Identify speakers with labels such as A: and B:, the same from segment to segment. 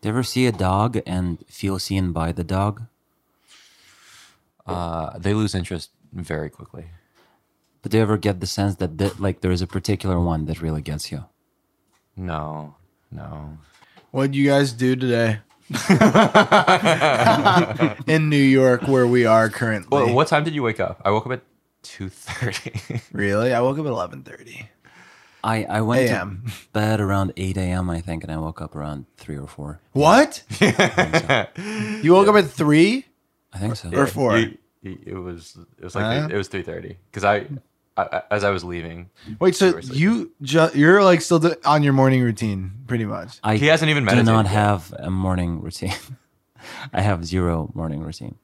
A: Do you ever see a dog and feel seen by the dog?
B: Uh, they lose interest very quickly.
A: But do you ever get the sense that th- like there is a particular one that really gets you?
B: No, no.
C: What'd you guys do today? in New York, where we are currently.
B: Well, what time did you wake up? I woke up at two thirty.
C: Really? I woke up at eleven thirty.
A: I I went
C: AM.
A: to bed around 8 a.m. I think, and I woke up around three or four.
C: What? you woke up at three
A: I think so.
C: or four?
B: it was it was like
C: Huh?
B: it was three thirty because I, I I- as I was leaving,
C: Wait, so
B: Seriously.
C: you ju- you're like still do- on your morning routine, pretty much.
A: I
B: he hasn't even
A: do
B: meditated.
A: not
B: yet.
A: have a morning routine. I have zero morning routine.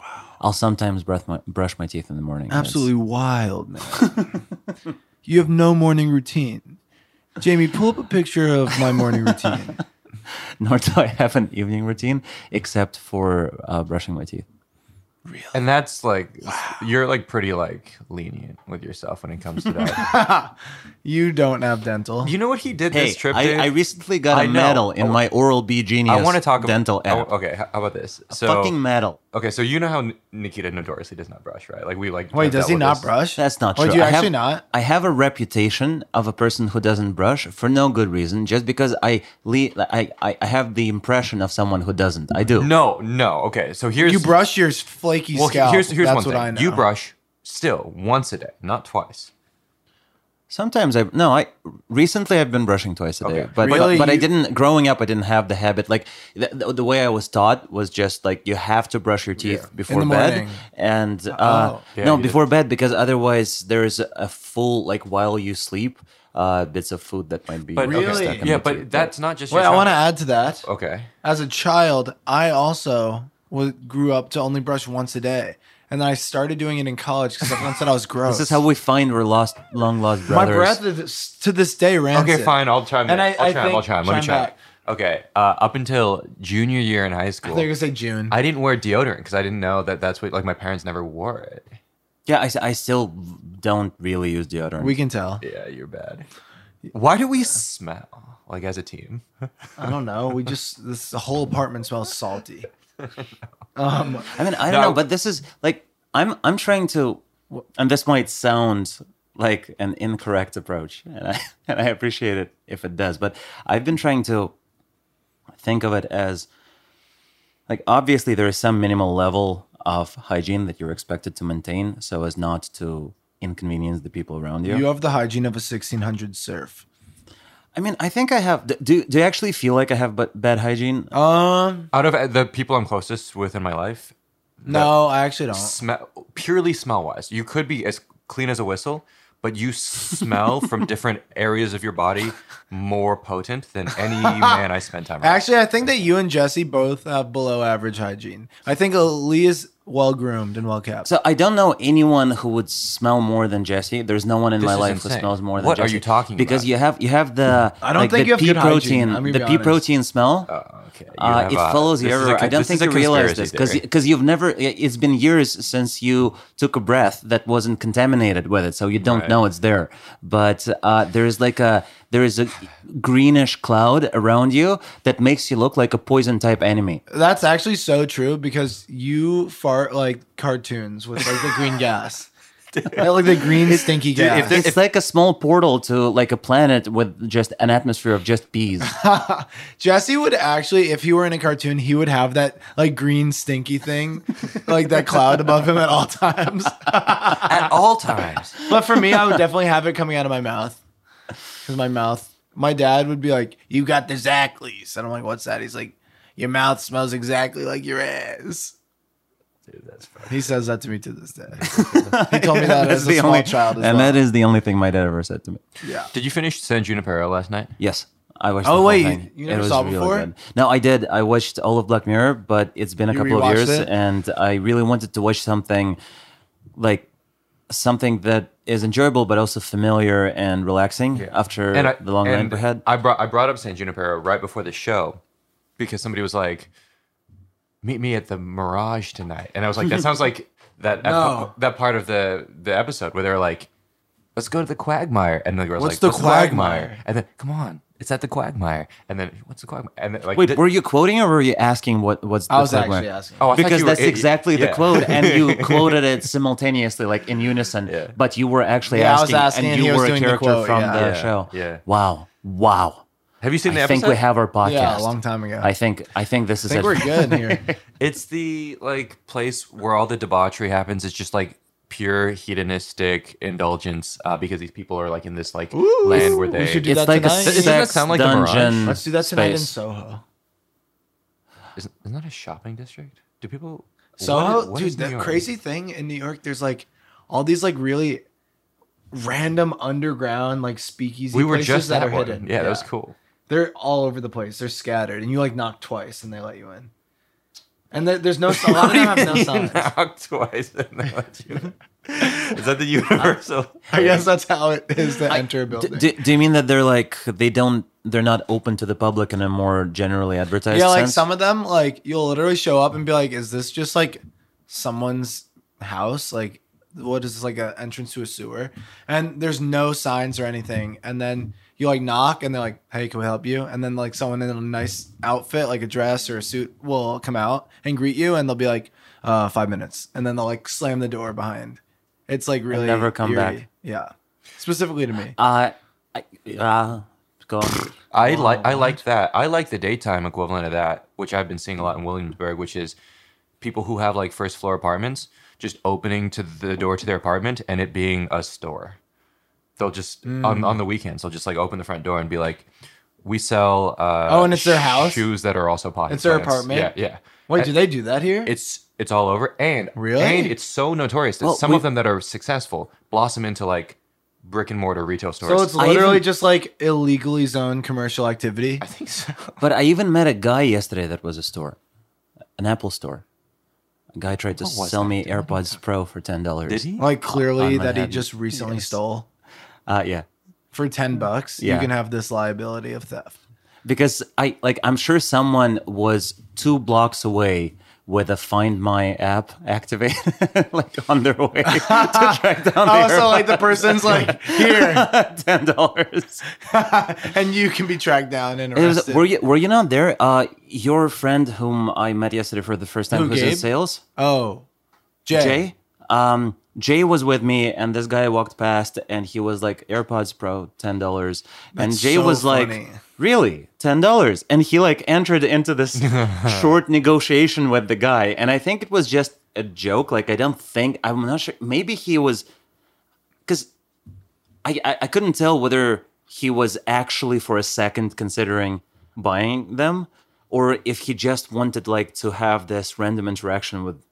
A: Wow. I'll sometimes brush my brush my teeth in the morning. That's-
C: Absolutely wild, man. you have no morning routine. Jamie, pull up a picture of my morning routine.
A: Nor do I have an evening routine except for uh, brushing my teeth.
B: and that's like you're like pretty like lenient with yourself when it comes to that.
C: you don't have dental.
B: You know what he did this trip?
A: I,
B: dude?
A: I recently got a
B: I know.
A: medal in my Oral B Genius
B: I want to talk ab-
A: dental
B: I wa-
A: app.
B: okay, how about this? So
A: Fucking medal.
B: okay, so you know how N- Nikita notoriously does not brush, right? Like we like.
C: Wait,
B: have
C: does
B: dealt
C: he
B: with
C: not
B: this.
C: brush?
A: That's not
C: Wait,
A: true.
C: Oh, you
A: I have-
C: actually not?
A: I have a reputation of a person who doesn't brush for no good reason, just because I le- I, I, I have the impression of someone who doesn't. I do.
B: No, no. Okay, so here's
C: You brush your flaky
B: Well, he-
C: scalp.
B: here's here's
C: That's
B: one
C: what
B: thing.
C: I know.
B: You brush still once a day, not twice.
A: Sometimes I no. I recently I've been brushing twice a day,
B: Okay.
A: but
C: Really?
A: but, but I
C: You-
A: didn't. Growing up, I didn't have the habit. Like the, the, the way I was taught was just like you have to brush your teeth before
C: the
A: bed,
C: morning.
A: and uh,
C: Oh.
B: Yeah,
A: no
B: you
A: before bed because otherwise there is a full like while you sleep, uh, bits of food that might be
B: But okay.
C: Really?
A: stuck in
B: yeah,
A: the
B: but
A: tooth.
B: that's not just.
C: Wait,
B: your
C: I want to
B: child-
C: add to that.
B: Okay.
C: As a child, I also was, grew up to only brush once a day, and then I started doing it in college because everyone said I was gross.
A: This is how we find we're lost, long lost
C: my
A: brothers.
C: breath is to this day rancid.
B: Okay, fine. I'll try. And
C: And I-
B: I'll
C: I
B: try. I'll
C: think-
B: try. Let me
C: chime
B: try.
C: back.
B: Okay. Uh, up until junior year in high
C: They're
B: school,
C: gonna say June.
B: I didn't wear deodorant because I didn't know that that's what like my parents never wore it.
A: Yeah, I, s- I still don't really use deodorant.
C: we can tell.
B: Yeah, you're bad. Why do we smell like as a team?
C: I don't know. We just this the whole apartment smells salty. Um,
A: I mean, I don't
B: No.
A: know, but this is like I'm I'm trying to, and this might sound like an incorrect approach, and I and I appreciate it if it does, but I've been trying to think of it as like obviously there is some minimal level of hygiene that you're expected to maintain so as not to inconvenience the people around you.
C: you have the hygiene of a 1600 surf.
A: I mean, I think I have. d- Do do you actually feel like I have but bad hygiene?
C: Um,
B: Out of the people I'm closest with in my life,
C: no, I actually don't.
B: smell purely smell wise, you could be as clean as a whistle, but you smell from different areas of your body more potent than any man I spend time. around.
C: Actually, I think that you and Jesse both have below average hygiene. I think Ali is well groomed and well kept.
A: So I don't know anyone who would smell more than Jesse. There's no one in
B: This
A: my
B: is
A: life who
B: insane.
A: smells more than
B: What are
A: Jesse.
B: you talking
A: Because
B: about?
A: you have you have the
C: I don't
A: like,
C: think
A: the
C: you have
A: pea
C: good hygiene,
A: protein
C: I'm gonna
A: the
C: be
A: pea
C: honest.
A: protein smell.
B: okay. You
A: Uh,
B: have
A: it
B: a-
A: follows you
B: this is a
A: everywhere.
B: con-
A: I don't
B: this is
A: think
B: a
A: you realize this
B: conspiracy
A: because
B: theory.
A: because you've never. It's been years since you took a breath that wasn't contaminated with it, so you don't
B: Right.
A: know it's there. But uh, there is like a there is a greenish cloud around you that makes you look like a poison type enemy.
C: That's actually so true because you fart like cartoons with like the green gas. I like the green stinky gas.
B: if
A: It's like a small portal to like a planet with just an atmosphere of just bees.
C: Jesse would actually, if he were in a cartoon, he would have that like green stinky thing, like that cloud above him at all times.
B: at all times.
C: But for me, I would definitely have it coming out of my mouth. Because my mouth, my dad would be like, You got the Zachlys. And I'm like, What's that? He's like, Your mouth smells exactly like your ass.
B: Dude, that's funny.
C: He says that to me to this day. he told me that as a small child as
A: and
C: well.
A: that is the only thing my dad ever said to me.
C: yeah.
B: Did you finish San Junipero last night?
A: Yes, I watched.
C: Oh,
A: the whole
C: wait, you-
A: thing.
C: you never saw it before?
A: No, I did. I watched all of Black Mirror, but it's been a
C: You
A: couple of
C: rewatched
A: years,
C: it?
A: and I really wanted to watch something like something that is enjoyable but also familiar and relaxing after the long night we had.
B: I brought I brought up San Junipero right before the show because somebody was like, "Meet me at the Mirage tonight," and I was like, "That sounds like that ep-
C: No.
B: that part of the the episode where they were like." Let's go to the quagmire. And the girl's
C: What's
B: like,
C: the
B: "What's
C: Quagmire?"
B: And then, come on, it's at the quagmire. And then what's the quagmire? And then, like,
A: Wait,
B: th-
A: were you quoting or were you asking what what's the
C: I was
A: quagmire?
C: actually asking.
B: oh, I thought
A: because
B: you were-
A: that's
B: it-
A: exactly the
B: yeah.
A: quote, and you quoted it simultaneously, like in unison.
B: Yeah.
A: But you were actually
C: Yeah, I was
A: asking,
C: asking,
A: and
C: and
A: you
C: he was
A: were a
C: doing the
A: character
C: quote,
A: from
C: yeah.
A: the
B: Yeah,
A: show.
B: yeah.
A: Wow, wow!
B: Have you seen
A: I
B: the episode?
A: think we have our podcast.
C: Yeah, a long time ago.
A: I think I think this is
C: I think
A: it.
C: we're good here.
B: It's the like place where all the debauchery happens. It's just like pure hedonistic indulgence uh, because these people are like in this like land where
C: we
B: they.
C: should do
A: It's
C: that
A: like
C: tonight?
A: a
B: Doesn't
A: sex
B: that sound like the Mirage?
A: dungeon.
C: Let's do that tonight in
A: space.
C: Soho.
B: Isn't, isn't that a shopping district? Do people
C: Soho,
B: what- what
C: dude.
B: is New
C: The
B: York?
C: crazy thing in New York, there's like all these like really random underground like speakeasy.
B: We were
C: places
B: just
C: that
B: at
C: are
B: one.
C: hidden.
B: Yeah, that was cool.
C: They're all over the place. They're scattered, and you like knock twice, and they let you in. And there- there's no a lot of them have no
B: You
C: signs.
B: knocked twice and they let you in. Is that the universal?
C: I guess that's how it is to
A: I-
C: enter a building.
A: Do, do you mean that they're like they don't they're not open to the public in a more generally advertised
C: yeah, like
A: sense?
C: some of them, like you'll literally show up and be like, "Is this just like someone's house? Like, what is this like an entrance to a sewer?" And there's no signs or anything. And then you like knock, and they're like, "Hey, can we help you?" And then like someone in a nice outfit, like a dress or a suit, will come out and greet you, and they'll be like, uh, five minutes," and then they'll like slam the door behind. It's like really
A: never come
C: eerie.
A: back.
C: Yeah, specifically to me.
A: uh, I, uh, go on.
B: I like I like that. I like the daytime equivalent of that, which I've been seeing a lot in Williamsburg, which is people who have like first floor apartments just opening to the door to their apartment and it being a store. They'll just on, on
C: Mm.
B: the weekends they'll just like open the front door and be like, "We sell uh,
C: Oh, and it's their house?
B: shoes that are also pocket.
C: It's their
B: plants."
C: apartment?
B: Yeah, yeah.
C: Wait,
B: And
C: do they do that here?
B: It's it's all over and
C: Really?
B: and it's so notorious that
A: Well,
B: some
A: we-
B: of them that are successful blossom into like brick and mortar retail stores.
C: So it's
A: I
C: literally
A: even-
C: just like illegally zoned commercial activity.
B: I think so.
A: But I even met a guy yesterday that was a store, an Apple store. A guy tried to
B: What was
A: sell
B: that?
A: me AirPods Pro for ten dollars.
B: Did he?
C: Like
A: On
C: clearly that he
A: Manhattan.
C: just recently stole
A: Uh, yeah,
C: for ten bucks.
A: Mm. Yeah.
C: You can have this liability of theft.
A: because I like I'm sure someone was two blocks away with a Find My app activated, like on their way to track down the
C: Oh, so like the person's like here,
A: AirPods. ten dollars.
C: and you can be tracked down and
A: It was,
C: arrested.
A: were you were you not there? Uh, your friend whom I met yesterday for the first time,
C: Who,
A: who's in
C: Gabe?
A: sales,
C: oh, Jay.
A: Jay. Um, Jay was with me, and this guy walked past, and he was like AirPods Pro, ten dollars, and
C: That's
A: Jay
C: so
A: was
C: funny.
A: like, "Really, ten dollars?" And he like entered into this short negotiation with the guy, and I think it was just a joke. Like, I don't think I'm not sure. Maybe he was because I, I I couldn't tell whether he was actually for a second considering buying them or if he just wanted like to have this random interaction with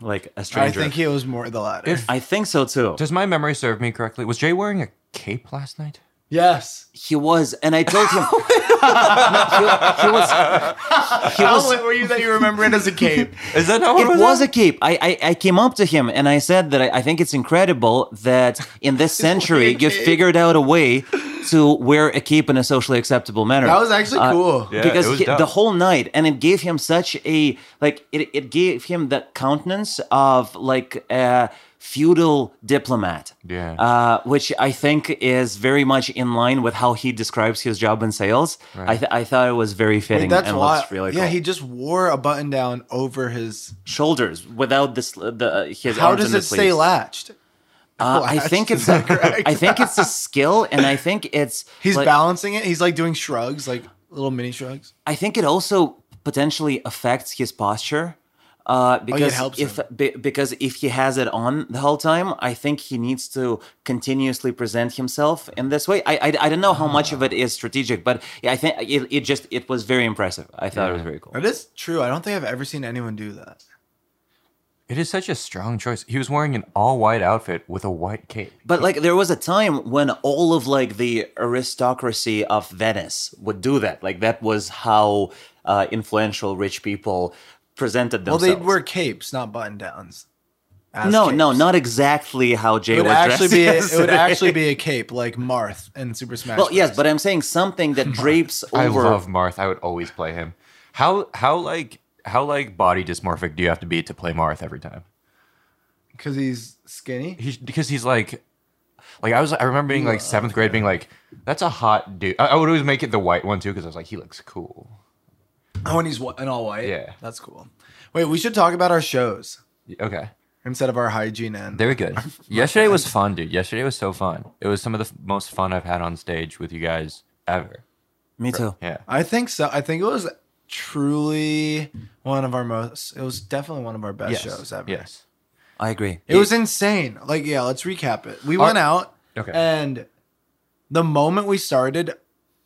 A: like a
C: I
A: stranger.
C: think he was more the latter.
A: I think so too.
B: Does my memory serve me correctly? Was Jay wearing a cape last night?
C: yes.
A: He was, and I told him No, he, he was. He
C: How
A: was.
C: lit were you that you remember it as a cape?
B: Is that not
A: It was a cape. I, I I came up to him and I said that I, I think it's incredible that in this century
C: wearing a
A: you
C: cape.
A: figured out a way to wear a cape in a socially acceptable manner.
C: That was actually
A: Uh,
C: cool.
B: Yeah,
A: because
B: it was
A: he-
B: dope.
A: the whole night and it gave him such a like it, it gave him the countenance of like a feudal diplomat
B: Yeah.
A: uh, which i think is very much in line with how he describes his job in sales I, th- I thought it was very
C: Wait,
A: fitting
C: that's
A: and
C: why.
A: looks really
C: yeah,
A: cool
C: he just wore a button down over his.
A: shoulders without this the his
C: How
A: arms
C: does
A: in the
C: it stay
A: sleeves.
C: latched?
A: Uh, i
C: latched?
A: think
C: Is
A: it's
C: that
A: a,
C: correct?
A: i think it's a skill and i think it's
C: He's
A: like,
C: balancing it. He's like doing shrugs, like little mini shrugs.
A: I think it also potentially affects his posture. Uh, because
C: Oh, helps
A: if
C: him.
A: be, because if he has it on the whole time, I think he needs to continuously present himself in this way. I I, I don't know how much
C: Ah.
A: of it is strategic, but yeah, I think it, it just it was very impressive. I thought it was very cool.
C: That is true. I don't think I've ever seen anyone do that.
B: it is such a strong choice. He was wearing an all white outfit with a white cape.
A: But like there was a time when all of like the aristocracy of Venice would do that. Like that was how uh, influential rich people presented
C: Well,
A: themselves.
C: they'd wear capes, not button downs. As
A: no,
C: capes.
A: no, not exactly how Jay
C: It would
A: was
C: actually
A: dressed
C: be a, it
A: yesterday.
C: would actually be a cape like Marth and Super Smash.
A: Well, yes,
C: Bros.
A: but I'm saying something that drapes
B: I
A: over.
B: love Marth. I would always play him. How how like how like body dysmorphic do you have to be to play Marth every time?
C: because he's skinny.
B: He's because he's like Like I was, I remember being like seventh grade, being like, "That's a hot dude." I, I would always make it the white one too because I was like, "He looks cool."
C: Oh, and he's wh- and all white.
B: Yeah.
C: that's cool. Wait, we should talk about our shows
B: Y- Okay,
C: instead of our hygiene end.
B: they were good. Yesterday was fun, dude. Yesterday was so fun. It was some of the f- most fun I've had on stage with you guys ever.
A: Me too.
B: Yeah,
C: I think so. I think it was truly one of our most. It was definitely one of our best shows ever.
B: Yes.
A: I agree.
C: It was insane. Like, yeah, let's recap it. We
B: Our-
C: went out
B: Okay.
C: and the moment we started,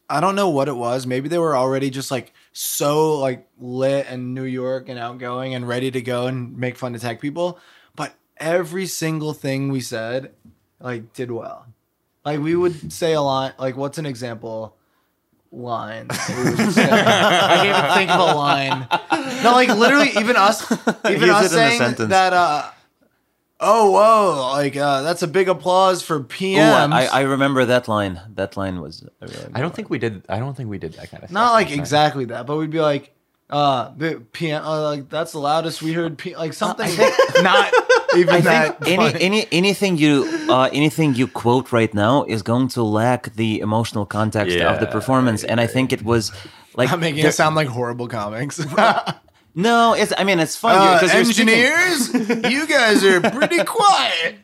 C: I don't know what it was. Maybe they were already just like so like lit and New York and outgoing and ready to go and make fun to tech people. But every single thing we said like did well. Like we would say a line like what's an example line? that we would say? I can't even think of a line. No, like literally even us even
A: Use
C: us
A: it in a
C: saying
A: sentence.
C: that uh oh whoa like uh that's a big applause for
A: Ooh,
C: PMs.
A: I, I remember that line. That line was. a really good
B: I don't
A: line.
B: think we did. I don't think we did that kind of. stuff
C: not like
B: last night.
C: exactly that, but we'd be like, uh, the PM, uh, like that's the loudest we heard, p- like something, not even
A: I
C: that.
A: think any, any anything you uh, anything you quote right now is going to lack the emotional context of the
B: Yeah,
A: performance, and I think it was like
C: I'm making
A: there-
C: it sound like horrible comics.
A: no. It's I mean it's fun
C: Uh,
A: because you're speaking-
C: engineers, you guys are pretty quiet,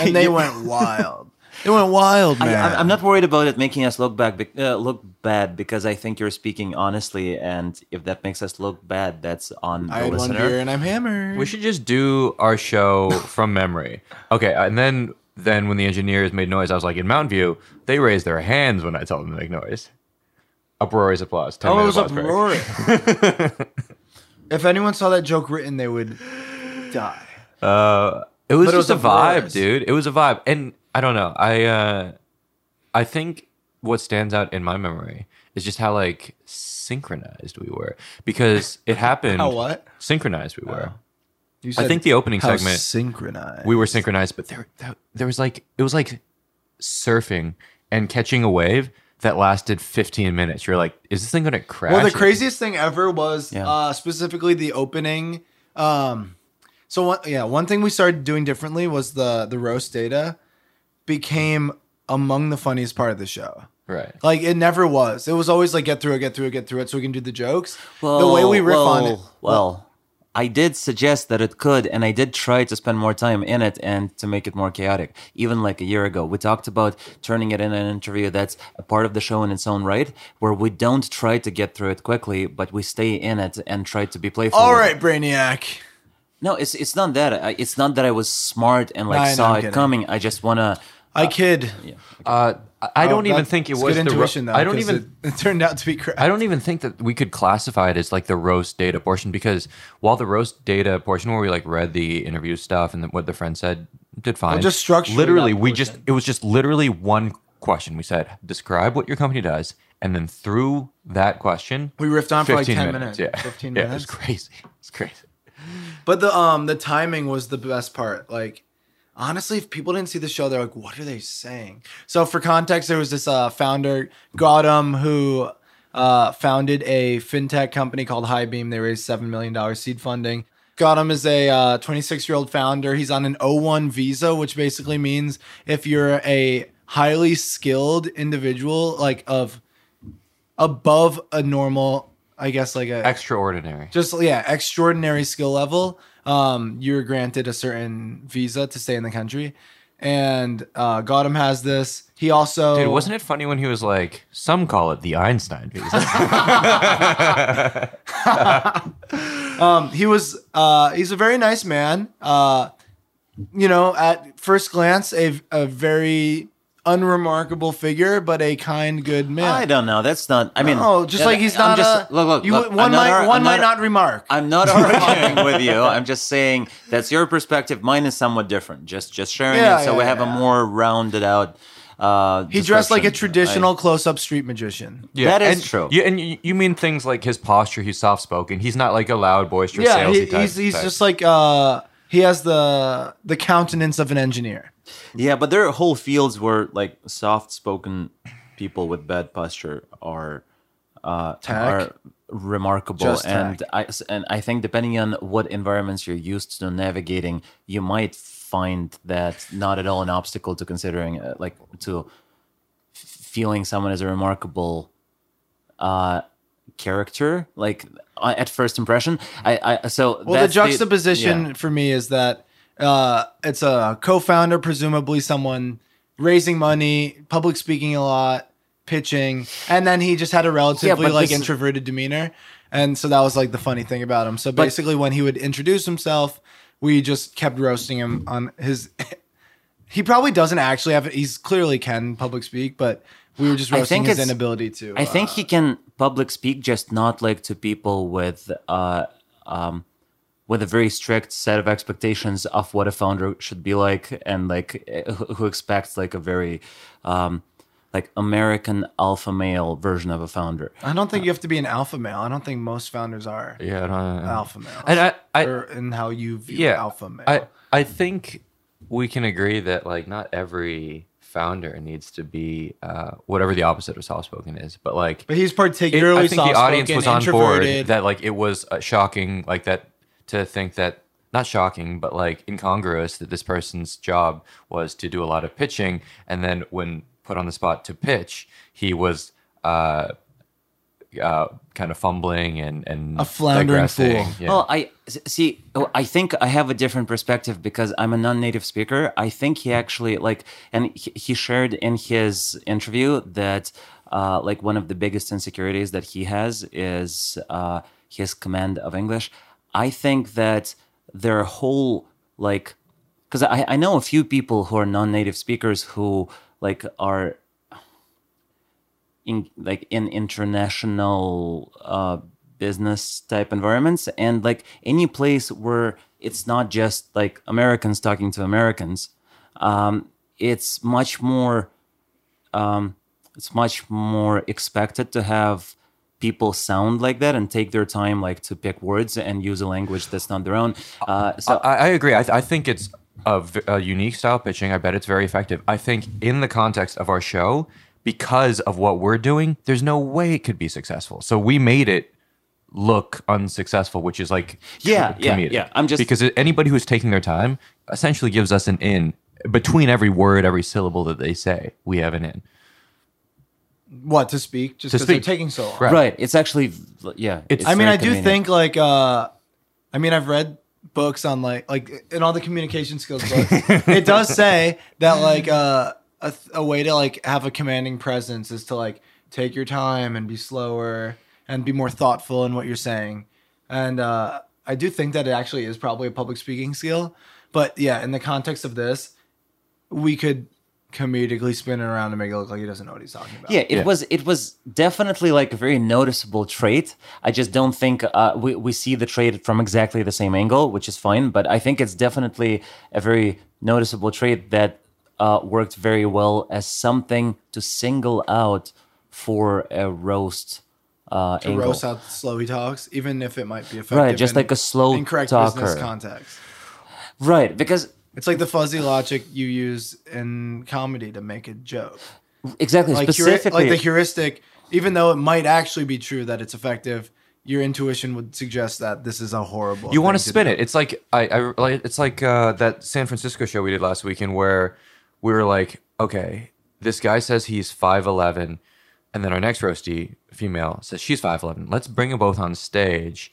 C: and they went wild. They went wild, man.
A: I, I'm- I'm not worried about it making us look back, bec- uh, look bad, because I think you're speaking honestly, and if that makes us look bad, that's on
C: I
A: the
C: had one
A: listener.
C: beer and I'm hammered.
B: We should just do our show from memory. Okay, and then then when the engineers made noise, I was like, in Mountain View, they raised their hands when I told them to make noise. Uproarious applause. 10
C: oh, it
B: minute
C: was
B: applause break.
C: uproarious. if anyone saw that joke written, they would die.
B: It was
C: But it
B: just
C: was
B: a vibe,
C: uproarious.
B: dude. It was a vibe, and I don't know. I uh, I think what stands out in my memory is just how like synchronized we were because it happened.
C: How what?
B: synchronized we were?
C: You
B: I think the opening
C: how
B: segment.
C: synchronized.
B: we were synchronized, but there, that, there was like it was like surfing and catching a wave that lasted 15 minutes. You're like, is this thing gonna crash?
C: Well, the craziest thing ever was
A: Yeah.
C: uh, specifically the opening. Um, so one, yeah, one thing we started doing differently was the the roast data became among the funniest part of the show.
B: right?
C: Like it never was. It was always like get through it, get through it, get through it, so we can do the jokes. the way we riff on it.
A: well, Well, I did suggest that it could, and I did try to spend more time in it and to make it more chaotic. Even like a year ago, we talked about turning it in an interview that's a part of the show in its own right, where we don't try to get through it quickly, but we stay in it and try to be playful.
C: All
A: with it.
C: right, Brainiac.
A: No, it's it's not that. I, it's not that I was smart and like
C: No, I know,
A: saw
C: I'm
A: it
C: kidding.
A: coming. I just wanna.
C: I kid.
B: Uh, I- I don't
C: Oh,
B: even
C: that-
B: think it
C: it's
B: was
C: good
B: the ro-
C: intuition though.
B: I don't
C: 'cause
B: even
C: It, it turned out to be correct.
B: I don't even think that we could classify it as like the roast data portion because while the roast data portion where we like read the interview stuff and what the friend said did fine.
C: just structure
B: Literally,
C: that
B: we just it was just literally one question. We said, describe what your company does, and then through that question,
C: We riffed on for like
B: 15
C: 10 minutes.
B: Yeah,
C: 15
B: yeah,
C: minutes.
B: It's crazy. It's crazy.
C: But the um the timing was the best part. Like honestly, if people didn't see the show, they're like, what are they saying? So for context, there was this uh founder, Gautam, who uh founded a fintech company called Highbeam. They raised seven million dollar seed funding. Gautam is a 26 year old founder. He's on an O1 visa, which basically means if you're a highly skilled individual, like of above a normal, I guess, like a
B: Extraordinary.
C: just yeah extraordinary skill level um you're granted a certain visa to stay in the country and uh Gotham has this he also
B: Dude, wasn't it funny when he was like, some call it the Einstein visa?
C: um he was uh he's a very nice man uh you know at first glance a a very unremarkable figure but a kind good man
A: I don't know. That's not. I mean,
C: no Oh, just
A: yeah,
C: like he's
A: I'm
C: not
A: just,
C: a
A: look, look,
C: you,
A: look,
C: one
A: I'm not
C: might
A: ar-
C: one
A: I'm
C: might not remark
A: I'm not arguing with you. I'm just saying that's your perspective. Mine is somewhat different. Just just sharing
C: Yeah,
A: it so
C: yeah,
A: we have
C: yeah.
A: a more rounded out. Uh,
C: he dressed like a
A: description.
C: traditional close-up street magician
A: That is
B: and
A: true.
B: You, and you, you mean things like his posture, he's soft spoken. He's not like a loud, boisterous, salesy
C: he-
B: type.
C: he's, he's
B: type.
C: just like uh he has the the countenance of an engineer
A: I- yeah, but there are whole fields where like soft-spoken people with bad posture are uh,
C: Tack.
A: are remarkable,
C: Just
A: and
C: tack.
A: I and I think depending on what environments you're used to navigating, you might find that not at all an obstacle to considering, uh, like, to f- feeling someone as a remarkable uh, character, like uh, at first impression. I, I so
C: Well,
A: that's
C: the juxtaposition
A: yeah.
C: for me is that uh, it's a co-founder, presumably someone raising money, public speaking a lot, pitching, and then he just had a relatively
A: but
C: like
A: this-
C: introverted demeanor, and so that was like the funny thing about him. So
A: But-
C: basically, when he would introduce himself, we just kept roasting him on his. he probably doesn't actually have. He's clearly can public speak, but we were just
A: I
C: roasting
A: think
C: his
A: it's-
C: inability to.
A: I think
C: uh,
A: he can public speak, just not like to people with uh, um, with a very strict set of expectations of what a founder should be like, and like eh, who who expects like a very um, like American alpha male version of a founder.
C: Uh, I don't think you have to be an alpha male. I don't think most founders are
B: Yeah, I don't know.
C: alpha male.
B: And I, I,
C: or in how you view
B: yeah,
C: alpha male.
B: I, I think we can agree that like not every founder needs to be uh, whatever the opposite of soft spoken is, but like
C: but he's
B: it-
C: particularly
B: I think the audience was on board
C: introverted.
B: that like it was uh, shocking, like that to think that not shocking, but like incongruous that this person's job was to do a lot of pitching, and then when put on the spot to pitch, he was uh, uh, kind of fumbling and and
C: A floundering
B: digressing.
C: fool.
B: Yeah.
A: Well, Oh, I s- see. oh, I think I have a different perspective because I'm a non-native speaker. I think he actually like, and he, he shared in his interview that uh, like one of the biggest insecurities that he has is uh, his command of English. I think that their whole like, because I, I know a few people who are non-native speakers who like are in like in international uh, business type environments and like any place where it's not just like Americans talking to Americans. Um, it's much more um, it's much more expected to have people sound like that and take their time like to pick words and use a language that's not their own. Uh, so
B: I, I agree. I, th- I think it's a, v- a unique style pitching. I bet it's very effective. I think in the context of our show, because of what we're doing, there's no way it could be successful. So we made it look unsuccessful, which is like
A: Yeah, yeah,
B: comedic.
A: yeah. I'm just-
B: because anybody who's taking their time essentially gives us an in between every word, every syllable that they say. We have an in.
C: what to speak? Just
B: To
C: because they're
B: speak.
C: taking so long.
B: Right.
A: right, it's actually yeah. It's,
C: uh, I mean,
A: very
C: I do
A: convenient.
C: think like, uh, I mean, I've read books on like, like in all the communication skills books, it does say that like uh, a th- a way to like have a commanding presence is to like take your time and be slower and be more thoughtful in what you're saying, and uh, I do think that it actually is probably a public speaking skill, but yeah, in the context of this, we could comedically spin it around and make it look like he doesn't know what he's talking about.
A: Yeah, it
B: Yeah.
A: was it was definitely like a very noticeable trait. I just don't think uh, we we see the trait from exactly the same angle, which is fine. But I think it's definitely a very noticeable trait that uh, worked very well as something to single out for a roast uh,
C: to
A: angle.
C: roast how slow he talks, even if it might be effective.
A: Right, just
C: in
A: like a slow
C: incorrect business
A: talker.
C: context.
A: Right, because
C: It's like the fuzzy logic you use in comedy to make a joke,
A: exactly
C: like heuri-
A: specifically,
C: like the heuristic. Even though it might actually be true that it's effective, your intuition would suggest that this is a horrible.
B: you want to
C: thing
B: spin
C: do.
B: it. It's like I, I like it's like uh, that San Francisco show we did last weekend where we were like, okay, this guy says he's five eleven, and then our next roasty female says she's five eleven. Let's bring them both on stage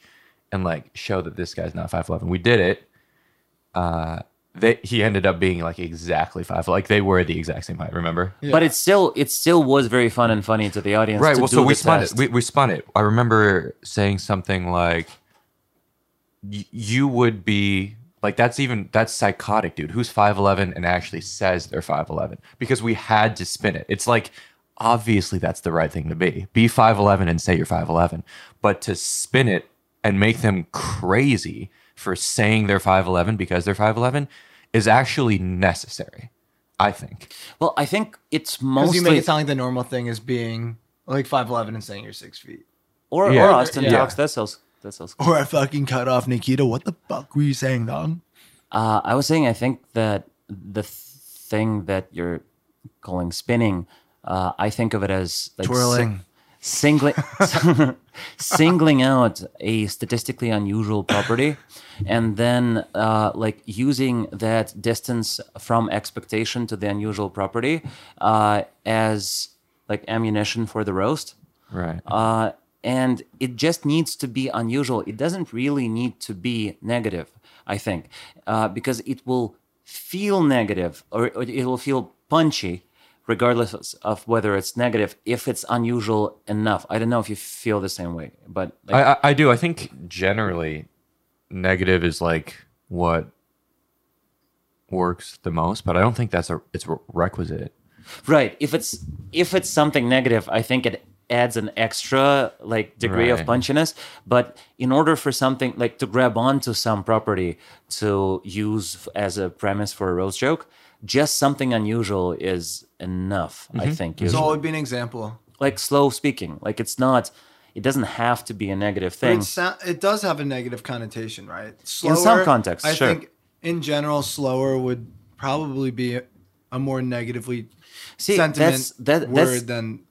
B: and like show that this guy's not five eleven. We did it. Uh, they, he ended up being like exactly five. Like they were the exact same height. Remember?
A: but it still it still was very fun and funny to the audience.
B: right
A: to
B: well
A: do
B: so we
A: the
B: spun
A: test.
B: it we, we spun it i remember saying something like y- you would be like that's even that's psychotic dude who's 511 and actually says they're 511 because we had to spin it it's like obviously that's the right thing to be be 511 and say you're 511 but to spin it and make them crazy for saying they're 511 because they're 511 is actually necessary i think
A: well, I think it's
C: 'Cause
A: mostly
C: you make it sound like the normal thing is being like five eleven and saying you're six feet.
A: or,
B: Yeah.
A: or Austin
C: Yeah.
A: talks. That sounds that sounds.
C: Or I fucking cut off Nikita. What the fuck were you saying, dog?
A: Uh, I was saying, I think that the th- thing that you're calling spinning, uh, I think of it as like
C: Twirling.
A: si- singling singling out a statistically unusual property and then uh, like using that distance from expectation to the unusual property uh, as like ammunition for the roast
B: Right.
A: uh, and it just needs to be unusual. It doesn't really need to be negative, I think, uh, because it will feel negative or or it will feel punchy, regardless of whether it's negative. If it's unusual enough, I don't know if you feel the same way, but like,
B: I, I, I do. I think generally, negative is like what works the most, but I don't think that's a it's a requisite.
A: right, if it's if it's something negative, I think it adds an extra like degree of
B: Right.
A: punchiness. But in order for something like to grab onto some property to use f- as a premise for a roast joke, just something unusual is enough. I think
C: So
A: usually.
C: what would be an example?
A: like slow speaking. Like it's not. It doesn't have to be a negative
C: But
A: thing.
C: It, sou- it does have a negative connotation, right? Slower,
A: Hmm. some contexts,
C: I
A: sure.
C: think in general, slower would probably be a more negatively
A: See,
C: sentiment
A: that's that,
C: word
A: that's
C: than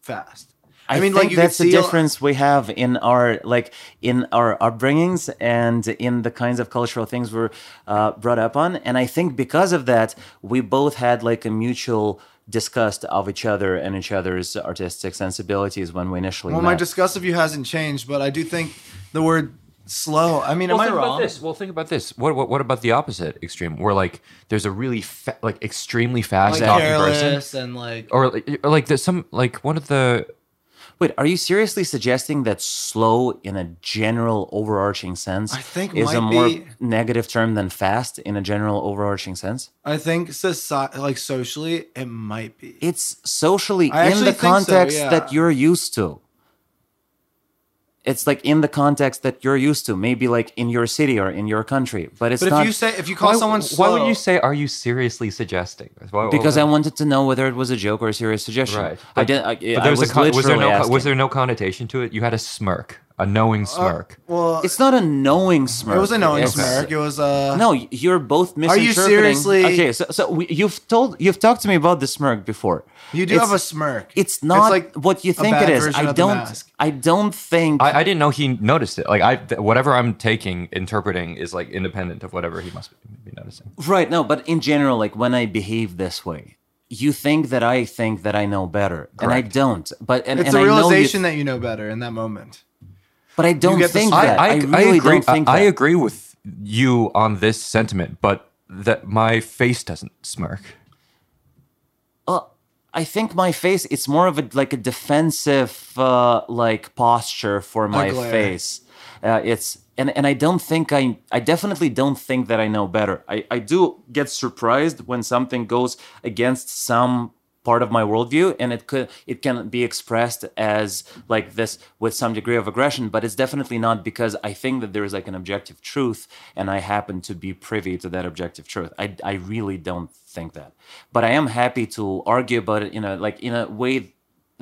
C: fast.
A: I,
C: mean,
A: think
C: like you
A: that's
C: could
A: the
C: see a-
A: difference we have in our like in our upbringings and in the kinds of cultural things we're uh, brought up on. And I think because of that, we both had like a mutual disgust of each other and each other's artistic sensibilities when we initially
C: Well,
A: met.
C: my disgust of you hasn't changed, but I do think the word slow. I mean, am I
B: think
C: wrong?
B: about this. Well, think about this. What, what what about the opposite extreme? Where like there's a really fa- like extremely fast
C: Like
B: talking person,
C: careless and like
B: or, like- or like there's some like one of the
A: Wait, are you seriously suggesting that slow in a general overarching sense
C: I think
A: is a
C: might
A: more
C: be-
A: negative term than fast in a general overarching sense?
C: I think society, like socially, it might be.
A: it's socially in the
C: I actually think so,
A: context that
C: yeah.
A: you're used to. It's like in the context that you're used to, maybe like in your city or in your country. But it's
C: But if
A: not
C: you say if you call
B: why,
C: someone
B: why
C: slow,
B: would you say? Are you seriously suggesting? Why,
A: because
C: Oh.
A: I
B: why-
A: wanted to know whether it was a joke or a serious suggestion.
B: right.
A: I didn't. I,
B: But
A: I
B: there was,
A: was,
B: a con- was there
A: literally
B: no con-
A: asking.
B: was there no connotation to it? You had a smirk, a
C: Uh,
B: knowing smirk.
C: well,
A: It's not a knowing smirk.
C: it was a knowing
A: It's-
C: smirk. It was uh, a
A: No, you're both
C: Are
A: misinterpreting.
C: you seriously-
A: Okay, so so we, you've told you've talked to me about the smirk before.
C: You do
A: It's-
C: have a smirk.
A: It's not
C: like
A: what you
C: a
A: think it
C: bad
A: is.
C: version
A: I
C: of the
A: don't.
C: mask.
A: I don't think.
B: I, I didn't know he noticed it. Like I, th- whatever I'm taking, interpreting is like independent of whatever he must be noticing.
A: Right, no, but in general, like when I behave this way, you think that I think that I know better, and I
B: Correct.
A: don't. But and,
C: It's
A: and
C: a realization
A: I know you,
C: that you know better in that moment.
A: but I don't
C: get the
A: think
C: sense-
A: that. I, really
B: agree.
A: don't think
B: I, I
A: that.
B: agree with you on this sentiment, but that my face doesn't smirk.
A: Uh, I think my face. It's more of a like a defensive uh, like posture for my
C: glare.
A: face. Uh, it's and and I don't think I I definitely don't think that I know better. I I do get surprised when something goes against some part of my worldview and it could it can be expressed as like this with some degree of aggression but it's definitely not because i think that there is like an objective truth and i happen to be privy to that objective truth i, I really don't think that but i am happy to argue about it you know like in a way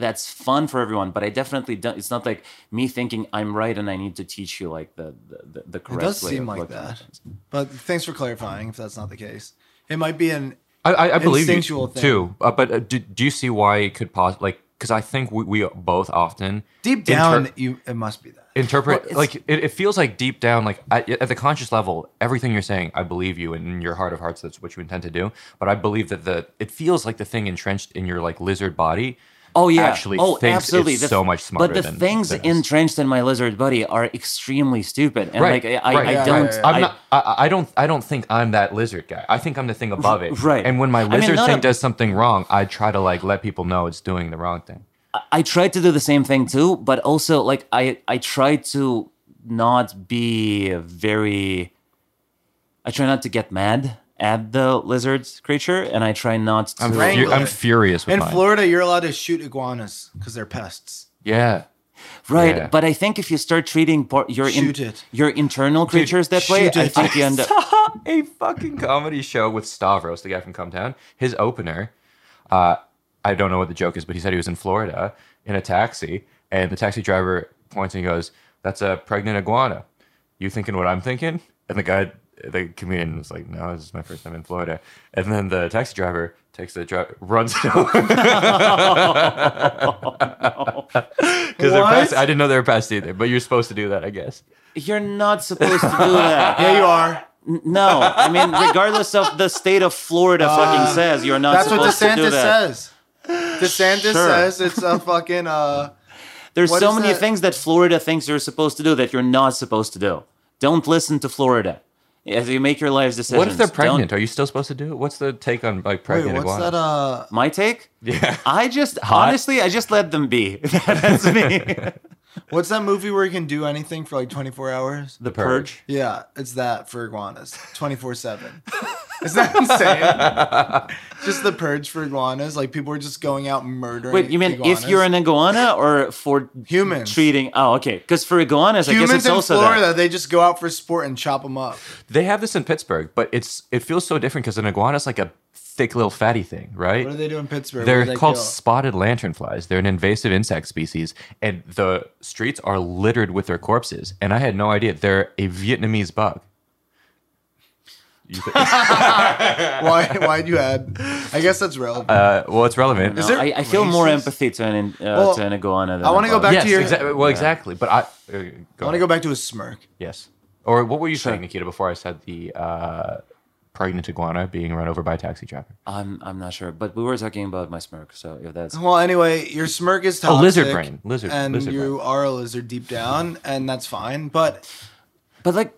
A: that's fun for everyone but i definitely don't it's not like me thinking i'm right and i need to teach you like the the, the, the correct
C: does
A: way
C: seem
A: of
C: like
A: looking at
C: that.
A: things.
C: But thanks for clarifying if that's not the case. It might be an
B: I, I, I believe you
C: Instinctual thing.
B: too, uh, but uh, do, do you see why it could pos like? Because I think we, we both often
C: deep
B: inter-
C: down you it must be that.
B: interpret
A: Well, it's-
B: like it, it feels like deep down like at, at the conscious level everything you're saying i believe you and in your heart of hearts that's what you intend to do but i believe that the it feels like the thing entrenched in your like lizard body
A: Oh yeah.
B: actually
A: oh,
B: thinks
A: absolutely.
B: it's
A: The-
B: so much smarter
A: But the
B: than,
A: things
B: than us.
A: entrenched in my lizard buddy are extremely stupid, and
B: right,
A: like I,
B: right,
A: I
B: right.
A: don't.
C: yeah,
B: i'm
A: I-
B: not I, I don't i don't think i'm that lizard guy i think i'm the thing above it
A: right.
B: and when my
A: I mean,
B: lizard
A: not
B: thing
A: a-
B: does something wrong i try to like let people know it's doing the wrong thing
A: I tried to do the same thing too, but also like I I try to not be very. I try not to get mad at the lizard creature, and I try not to.
B: i'm, fu-
C: Wrangler.
B: I'm furious with
C: In
B: mine.
C: Florida, you're allowed to shoot iguanas because they're pests.
B: yeah
A: Right,
B: Yeah.
A: but I think if you start treating par- your in-
C: Shoot it.
A: your internal creatures that way,
C: shoot
A: I
C: it.
A: think you end up.
B: saw a fucking comedy show with Stavros, the guy from Come Down. His opener, uh, I don't know what the joke is, but he said he was in Florida in a taxi, and the taxi driver points and he goes, "That's a pregnant iguana." You thinking what I'm thinking? And the guy the comedian was like, "No, this is my first time in Florida," and then the taxi driver takes the drive, runs it over because they're
C: What?
B: past. I didn't know they were past either, but you're supposed to do that, I guess.
A: You're not supposed to do that.
C: Yeah, you are.
A: N- No, I mean, regardless of the state of Florida fucking says, you're not
C: Uh, That's what
A: supposed to do
C: DeSantis
A: that.
C: says. DeSantis
A: Sure.
C: says it's a fucking uh
A: There's
C: What
A: so
C: is
A: many
C: that?
A: things that Florida thinks you're supposed to do that you're not supposed to do. Don't listen to Florida as you make your life's decisions.
B: What if they're
A: don't-
B: pregnant? Are you still supposed to do it? What's the take on like
C: wait,
B: pregnant
C: what's uh, that
B: iguana?
C: uh
A: My take?
B: Yeah.
A: I just honestly, I just let them be. That's me.
C: what's that movie where you can do anything for like 24 hours?
A: the
B: Purge.
C: Yeah, it's that for iguanas, twenty four seven. Is that insane? just the purge for iguanas. Like people are just going out murdering.
A: Wait, you mean
C: iguanas.
A: if you're an iguana or for
C: Humans.
A: treating? Oh, okay. Because for iguanas, I guess
C: humans
A: it's
C: in
A: also
C: Florida,
A: that.
C: they just go out for sport and chop them up.
B: They have this in Pittsburgh, but it's it feels so different because an iguana is like a thick little fatty thing, right?
C: What do they do in Pittsburgh? What
B: They're
C: do they
B: called
C: kill?
B: spotted lanternflies. They're an invasive insect species, and the streets are littered with their corpses. And I had no idea they're a Vietnamese bug. You th-
C: Why? Why do you add? I guess that's relevant.
B: uh, well, it's relevant.
A: No,
C: there
A: I, I feel more
C: racist-
A: empathy to an in- uh,
C: Well,
A: to an iguana. Than
C: I wanna
A: a
C: go
A: bug.
C: back
B: yes,
C: to your-
B: exactly. Well, exactly. But I uh,
C: I want to go back to a smirk.
B: Yes. Or what were you saying, Nikita? Before I said the uh, pregnant iguana being run over by a taxi driver.
A: I'm I'm not sure, but we were talking about my smirk. So if that's
C: Well, anyway, your smirk is
B: Oh,
C: toxic.
B: lizard brain. Lizard-
C: And
B: lizard
C: you are a lizard deep down, and that's fine. But
A: But like,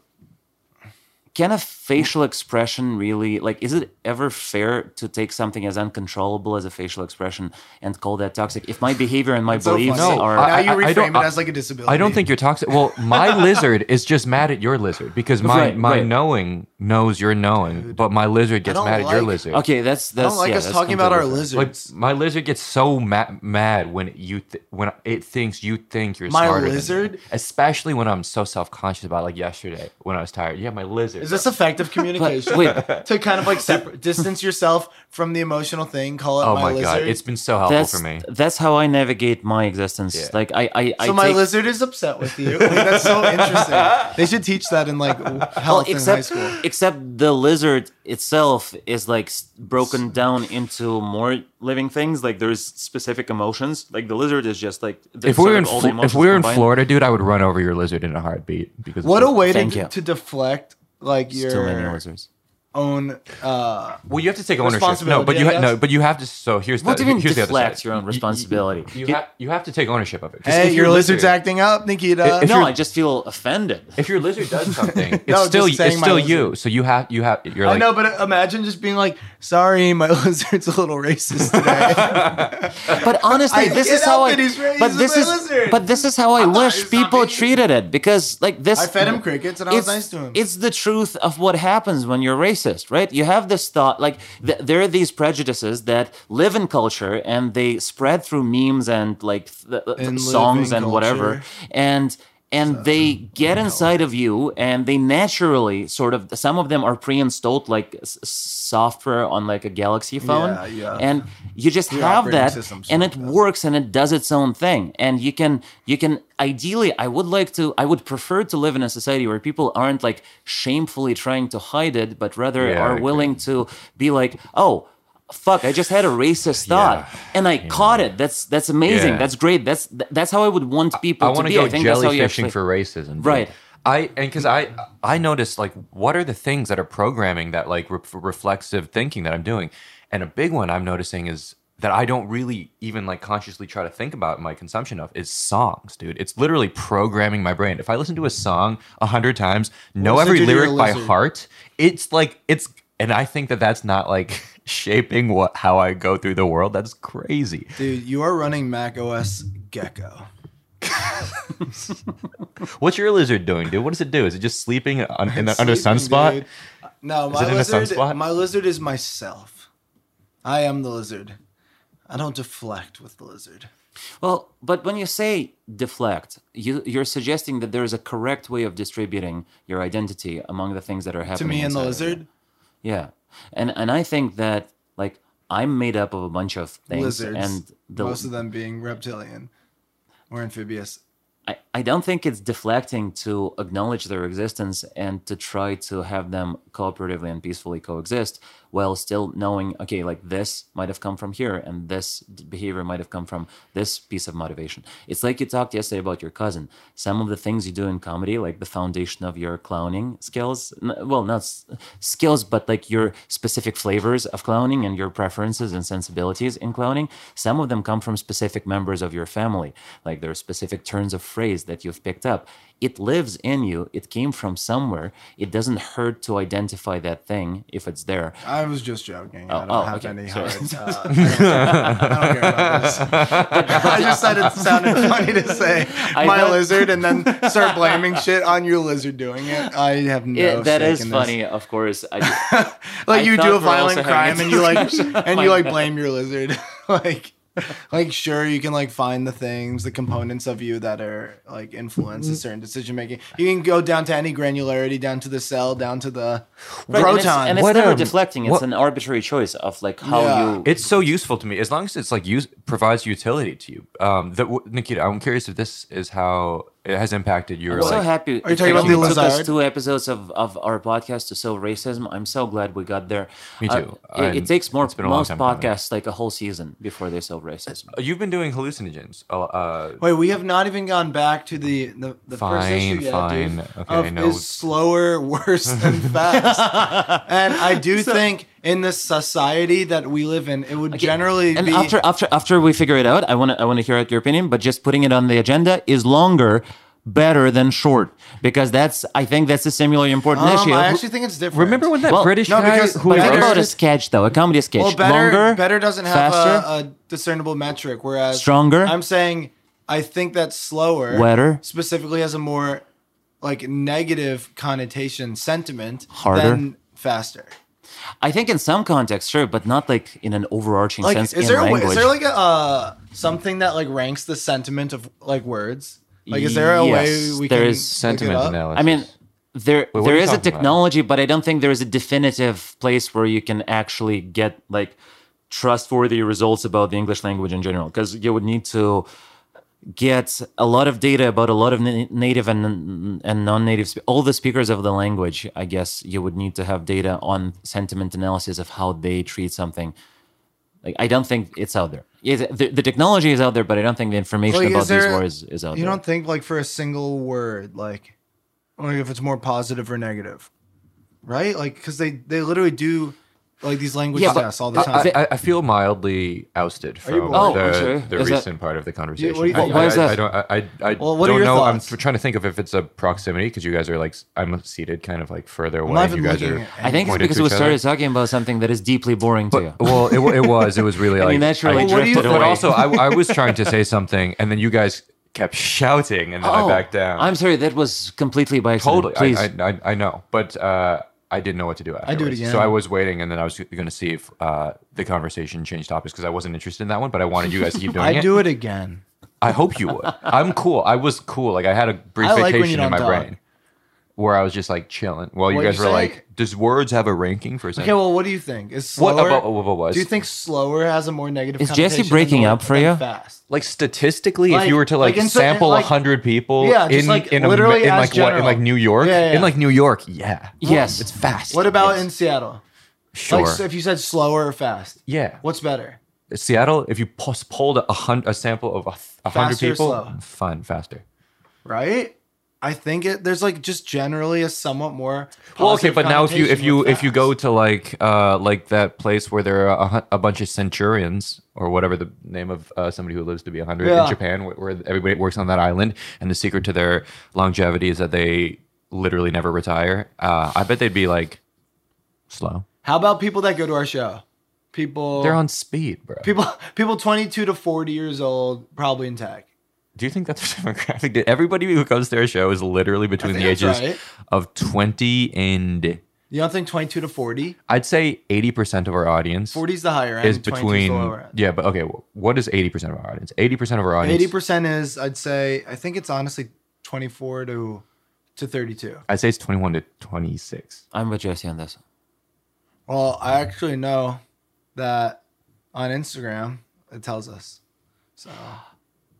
A: can a facial expression really like? Is it ever fair to take something as uncontrollable as a facial expression and call that toxic? If my behavior and my
C: so
A: beliefs
C: funny.
A: are
C: now
B: I-
C: you
B: I- I
C: reframe
B: don't-
C: it as like a disability.
B: I don't think you're toxic. Well, my lizard is just mad at your lizard because my
A: Right,
B: my
A: right.
B: knowing knows your knowing, but my lizard gets
C: don't
B: mad at your
C: like-
B: lizard.
A: okay, that's
C: I
A: that's
C: don't like
A: yeah,
C: us
A: that's
C: talking about our
A: completely fair.
C: lizards.
B: Like my lizard gets so ma- mad when you th- when it thinks you think you're
C: My
B: smarter. than
C: lizard?
B: me. especially when I'm so self conscious about it, like yesterday when I was tired. Yeah, my lizard.
C: Is this effective communication?
A: But
C: to kind of like separ- distance yourself from the emotional thing, call it
B: oh
C: my,
B: my,
C: lizard.
B: god, it's been so helpful
A: That's
B: for me.
A: that's how I navigate my existence.
B: Yeah.
A: Like I I, I
C: so my
A: take,
C: lizard is upset with you. Like, that's so interesting. They should teach that in like
A: well,
C: health in high
A: except
C: school.
A: except the lizard itself is like s- broken down into more living things. Like there's specific emotions. Like the lizard is just like the
B: If we
A: sort
B: were
A: of
B: in
A: all the
B: Flo- if
A: emotions
B: we were in
A: combined.
B: Florida, dude, I would run over your lizard in a heartbeat because
C: What a way
A: Thank you.
C: to, to deflect like
A: It's too many
C: your
A: lizards.
C: own. Uh,
B: Well, you have to take ownership. No,
C: Responsibility,
B: but you
C: I
B: ha- no,
C: guess.
B: but you have to. So here's
A: What do
B: the
A: you mean
B: uh, here's the other
A: deflect
B: side.
A: your own
B: You-
A: responsibility?
B: You, you, ha- you have to take ownership of it. 'Cause
C: hey,
B: if
C: eh, your
B: your
C: lizard's
B: lizard-
C: acting up, Nikita.
B: If
A: No,
B: you're-
A: I just feel offended.
B: If your lizard does something, it's
C: No,
B: still
C: just
B: it's
C: saying my
B: still you. So you have you have you're like
C: I know, but imagine just being like, "Sorry, my lizard's a little racist today."
A: But honestly,
C: I
A: this
C: get
A: is how
C: out
A: I.
C: that he's ra-
A: But
C: he's
A: this
C: a
A: is.
C: lizard.
A: But this is how I
C: thought
A: wish
C: he was
A: people
C: zombie.
A: treated it because, like this.
C: I fed him crickets and I was nice to him.
A: It's the truth of what happens when you're racist, right? You have this thought, like th- there are these prejudices that live in culture and they spread through memes and like th- th-
C: In
A: songs and
C: living
A: whatever,
C: culture.
A: and and they get inside of you and they naturally sort of some of them are pre-installed like s- software on like a galaxy phone
C: Yeah, yeah.
A: and you just
C: Your
A: have
C: operating
A: that
C: system's
A: and
C: like
A: it
C: that.
A: works and it does its own thing and you can you can ideally i would like to i would prefer to live in a society where people aren't like shamefully trying to hide it but rather
B: Yeah, I
A: are
B: agree.
A: willing to be like oh fuck i just had a racist thought and i caught it that's that's amazing
B: Yeah.
A: that's great that's th- that's how i would want people
B: I
A: to
B: want to
A: be
B: go
A: i think that's how you actually
B: jellyfishing for racism, dude.
A: Right.
B: I and because I I noticed like what are the things that are programming that like re- reflexive thinking that I'm doing, and a big one I'm noticing is that I don't really even like consciously try to think about my consumption of is songs, dude. It's literally programming my brain. If I listen to a song a hundred times, know
C: does it
B: every
C: do to your
B: lyric by
C: lizard?
B: heart, it's like it's. And I think that that's not like shaping what how I go through the world. That's crazy.
C: Dude, you are running Mac OS Gecko.
B: What's your lizard doing, dude? What does it do? Is it just sleeping on, in the, under
C: Sleeping,
B: sunspot?
C: dude. Uh, No, my
B: it in a
C: lizard.
B: sunspot?
C: My lizard is myself. I am the lizard. I don't deflect with the lizard.
A: Well, but when you say deflect, you, you're suggesting that there is a correct way of distributing your identity among the things that are
C: To
A: happening.
C: me and the
A: inside of
C: lizard,
A: you. Yeah, and and I think that like I'm made up of a bunch of things,
C: lizards,
A: and the
C: most of them being reptilian or amphibious
A: I, I don't think it's deflecting to acknowledge their existence and to try to have them cooperatively and peacefully coexist while still knowing, okay, like this might have come from here and this d- behavior might have come from this piece of motivation. It's like you talked yesterday about your cousin. Some of the things you do in comedy, like the foundation of your clowning skills, n- well, not s- skills, but like your specific flavors of clowning and your preferences and sensibilities in clowning, some of them come from specific members of your family. Like there are specific turns of phrase that you've picked up. It lives in you, it came from somewhere. It doesn't hurt to identify that thing if it's there.
C: I was just joking. I don't
A: oh,
C: have
A: okay.
C: any
A: Sorry.
C: heart. Uh, I, don't care. I don't care about this. I just said it sounded funny to say
A: I
C: my
A: know-
C: lizard and then start blaming shit on your lizard doing it. I have no.
A: Yeah, that
C: stake
A: is
C: in this.
A: funny, of course. I just, I
C: Like you
A: thought we
C: do a
A: were
C: violent
A: also
C: crime
A: having a
C: and you like
A: discussion.
C: and
A: My
C: you like
A: bad.
C: blame your lizard. like, like sure you can like find the things, the components of you that are like influence
A: Mm-hmm.
C: a certain decision making. You can go down to any granularity, down to the cell, down to the
A: Right, and it's-
C: proton.
A: And it's,
B: What,
A: never
B: um,
A: deflecting. It's
B: what-
A: an arbitrary choice of like how
C: Yeah.
A: you.
B: It's so useful to me as long as it's like use provides utility to you. Um, that w- Nikita, I'm curious if this is how it has impacted your
A: I'm so
B: like.
A: happy.
C: Are you talking
A: it
C: about the
A: only took us
C: lizard?
A: two episodes of, of our podcast to solve racism. I'm so glad we got there.
B: Me
A: Uh,
B: too.
A: it, it
B: I'm-
A: takes more
B: it's been a long
A: most
B: time coming.
A: podcasts like a whole season before they solve racism.
C: Uh,
B: You've been doing hallucinogens. Uh, Uh,
C: Wait, we have not even gone back to the the, the first
B: Fine,
C: issue yet,
B: fine.
C: dude.
B: Okay,
C: of
B: no.
C: is slower, worse than fast. and I do think in the society that we live in, it would generally
A: and
C: be
A: after after after we figure it out, I want to I want to hear out your opinion. But just putting it on the agenda is longer, better than short because that's I think that's a similarly important
C: Um,
A: issue.
C: I actually think it's different.
B: remember when that
A: Well,
B: British
C: no,
B: guy
C: because-
B: who
A: but
C: better-
A: think
B: wrote-
A: about a sketch though, a comedy sketch.
C: well, better
A: longer,
C: better doesn't have
A: faster,
C: a, a discernible metric, whereas
A: Stronger?
C: I'm saying I think that slower,
A: Wetter?
C: specifically has a more like negative connotation sentiment
A: Harder?
C: than faster.
A: I think in some contexts, sure, but not like in an overarching
C: like
A: sense
C: is
A: in
C: there a way,
A: language.
C: is there like a uh, something that like ranks the sentiment of like words like is there a
A: Yes,
C: way we
A: there
C: can
A: is
C: look it
B: sentiment
C: up?
B: analysis.
A: I mean, there
B: what
A: there
B: are you
A: is a
B: talking about?
A: technology, but I don't think there is a definitive place where you can actually get like trustworthy results about the English language in general, because you would need to get a lot of data about a lot of na- native and and non-native spe- all the speakers of the language i guess you would need to have data on sentiment analysis of how they treat something like i don't think it's out there yeah, the, the technology is out there but i don't think the information
C: Like,
A: about
C: is
A: these
C: there-
A: words is out
C: you
A: there
C: don't think like for a single word like or if it's more positive or negative right like because they they literally do like these language
A: Yeah, but-
C: tests all the time
B: I, I, I feel mildly ousted
C: you
B: from
C: bored? Oh,
A: I'm
B: the,
A: sorry.
B: the
A: Is that-
B: recent part of the conversation.
C: what do you think?
B: I,
A: Why is
B: I-
A: that?
B: I don't. I, I, I
C: Well, what are
B: don't
C: your
B: know.
C: thoughts?
B: I'm trying to think of if it's a proximity because you guys are like s- I'm seated kind of like further away.
C: not
B: and
C: even
B: you guys
C: looking
B: are.
C: at
A: I think it's
B: pointed
A: because
B: to
A: we
B: each other.
A: started talking about something that is deeply boring to you.
B: Well, it, wa- it was. It was really
A: And
B: like
A: you naturally
B: I-
C: Well, what do you-
A: drifted
B: but
A: away.
B: also, I, I was trying to say something, and then you guys kept shouting, and then
A: Oh,
B: I backed down.
A: I'm sorry, that was completely by accident.
B: totally.
A: Please.
B: I, I, I, I know, but uh, I didn't know what to do. Afterwards.
C: do it again.
B: So I was waiting, and then I was going to see if uh, the conversation changed topics because I wasn't interested in that one, but I wanted you guys to keep doing
C: I
B: it.
C: do it again
B: I hope you would. I'm cool. I was cool. Like I had a brief
C: I like when you
B: vacation in
C: don't
B: my
C: talk.
B: brain where I was just like chilling. While you
C: What
B: guys
C: you
B: were
C: say-
B: like, "Does words have a ranking for a
C: okay
B: second?
C: well what do you think is
B: What
C: slower
B: about what was?
C: do you think slower has a more negative
A: Is Jesse
C: connotation than
A: breaking
C: the
A: up
C: word-
A: for
C: than
A: you?
C: fast
B: like statistically, if
C: Like-
B: you were to like,
C: like in cer-
B: sample
C: like-
B: hundred people,
C: Yeah, just,
B: in,
C: like,
B: in a-
C: literally
B: in
C: as
B: like what in
C: general.
B: like New York,
C: Yeah, yeah, yeah.
B: in like New York, yeah,
A: Yes.
B: it's fast.
C: what about
B: Yes.
C: in Seattle
B: sure?
C: like so if you said slower or fast
B: yeah,
C: what's better
B: Seattle? If you pos- pulled a hundred, a sample of a, th- a hundred
C: Faster or
B: people,
C: slow?
B: fine, faster.
C: right? I think it there's like just generally a somewhat more
B: Well, okay,
C: positive
B: but now if you if
C: connotation
B: you
C: with
B: if you go
C: facts.
B: to like uh like that place where there are a, hun- a bunch of centurions or whatever the name of uh, somebody who lives to be a hundred
C: Yeah.
B: in Japan, where, where everybody works on that island, and the secret to their longevity is that they literally never retire. Uh, I bet they'd be like slow.
C: how about people that go to our show? People
B: They're on speed, bro.
C: people people 22 to 40 years old probably in tech.
B: Do you think that's a demographic? Did everybody who goes to their show is literally between the
C: think
B: ages
C: that's right.
B: of twenty and
C: You don't think 22 to 40?
B: I'd say eighty percent of our audience
C: 40 is the higher end.
B: is
C: 22
B: between
C: the lower end.
B: yeah but okay wh- what is 80% of our audience 80% of our audience
C: 80% is I'd say I think it's honestly 24 to to 32.
B: i'd say it's 21 to 26
A: I'm with Jesse on this.
C: Well, I actually know that on Instagram it tells us. So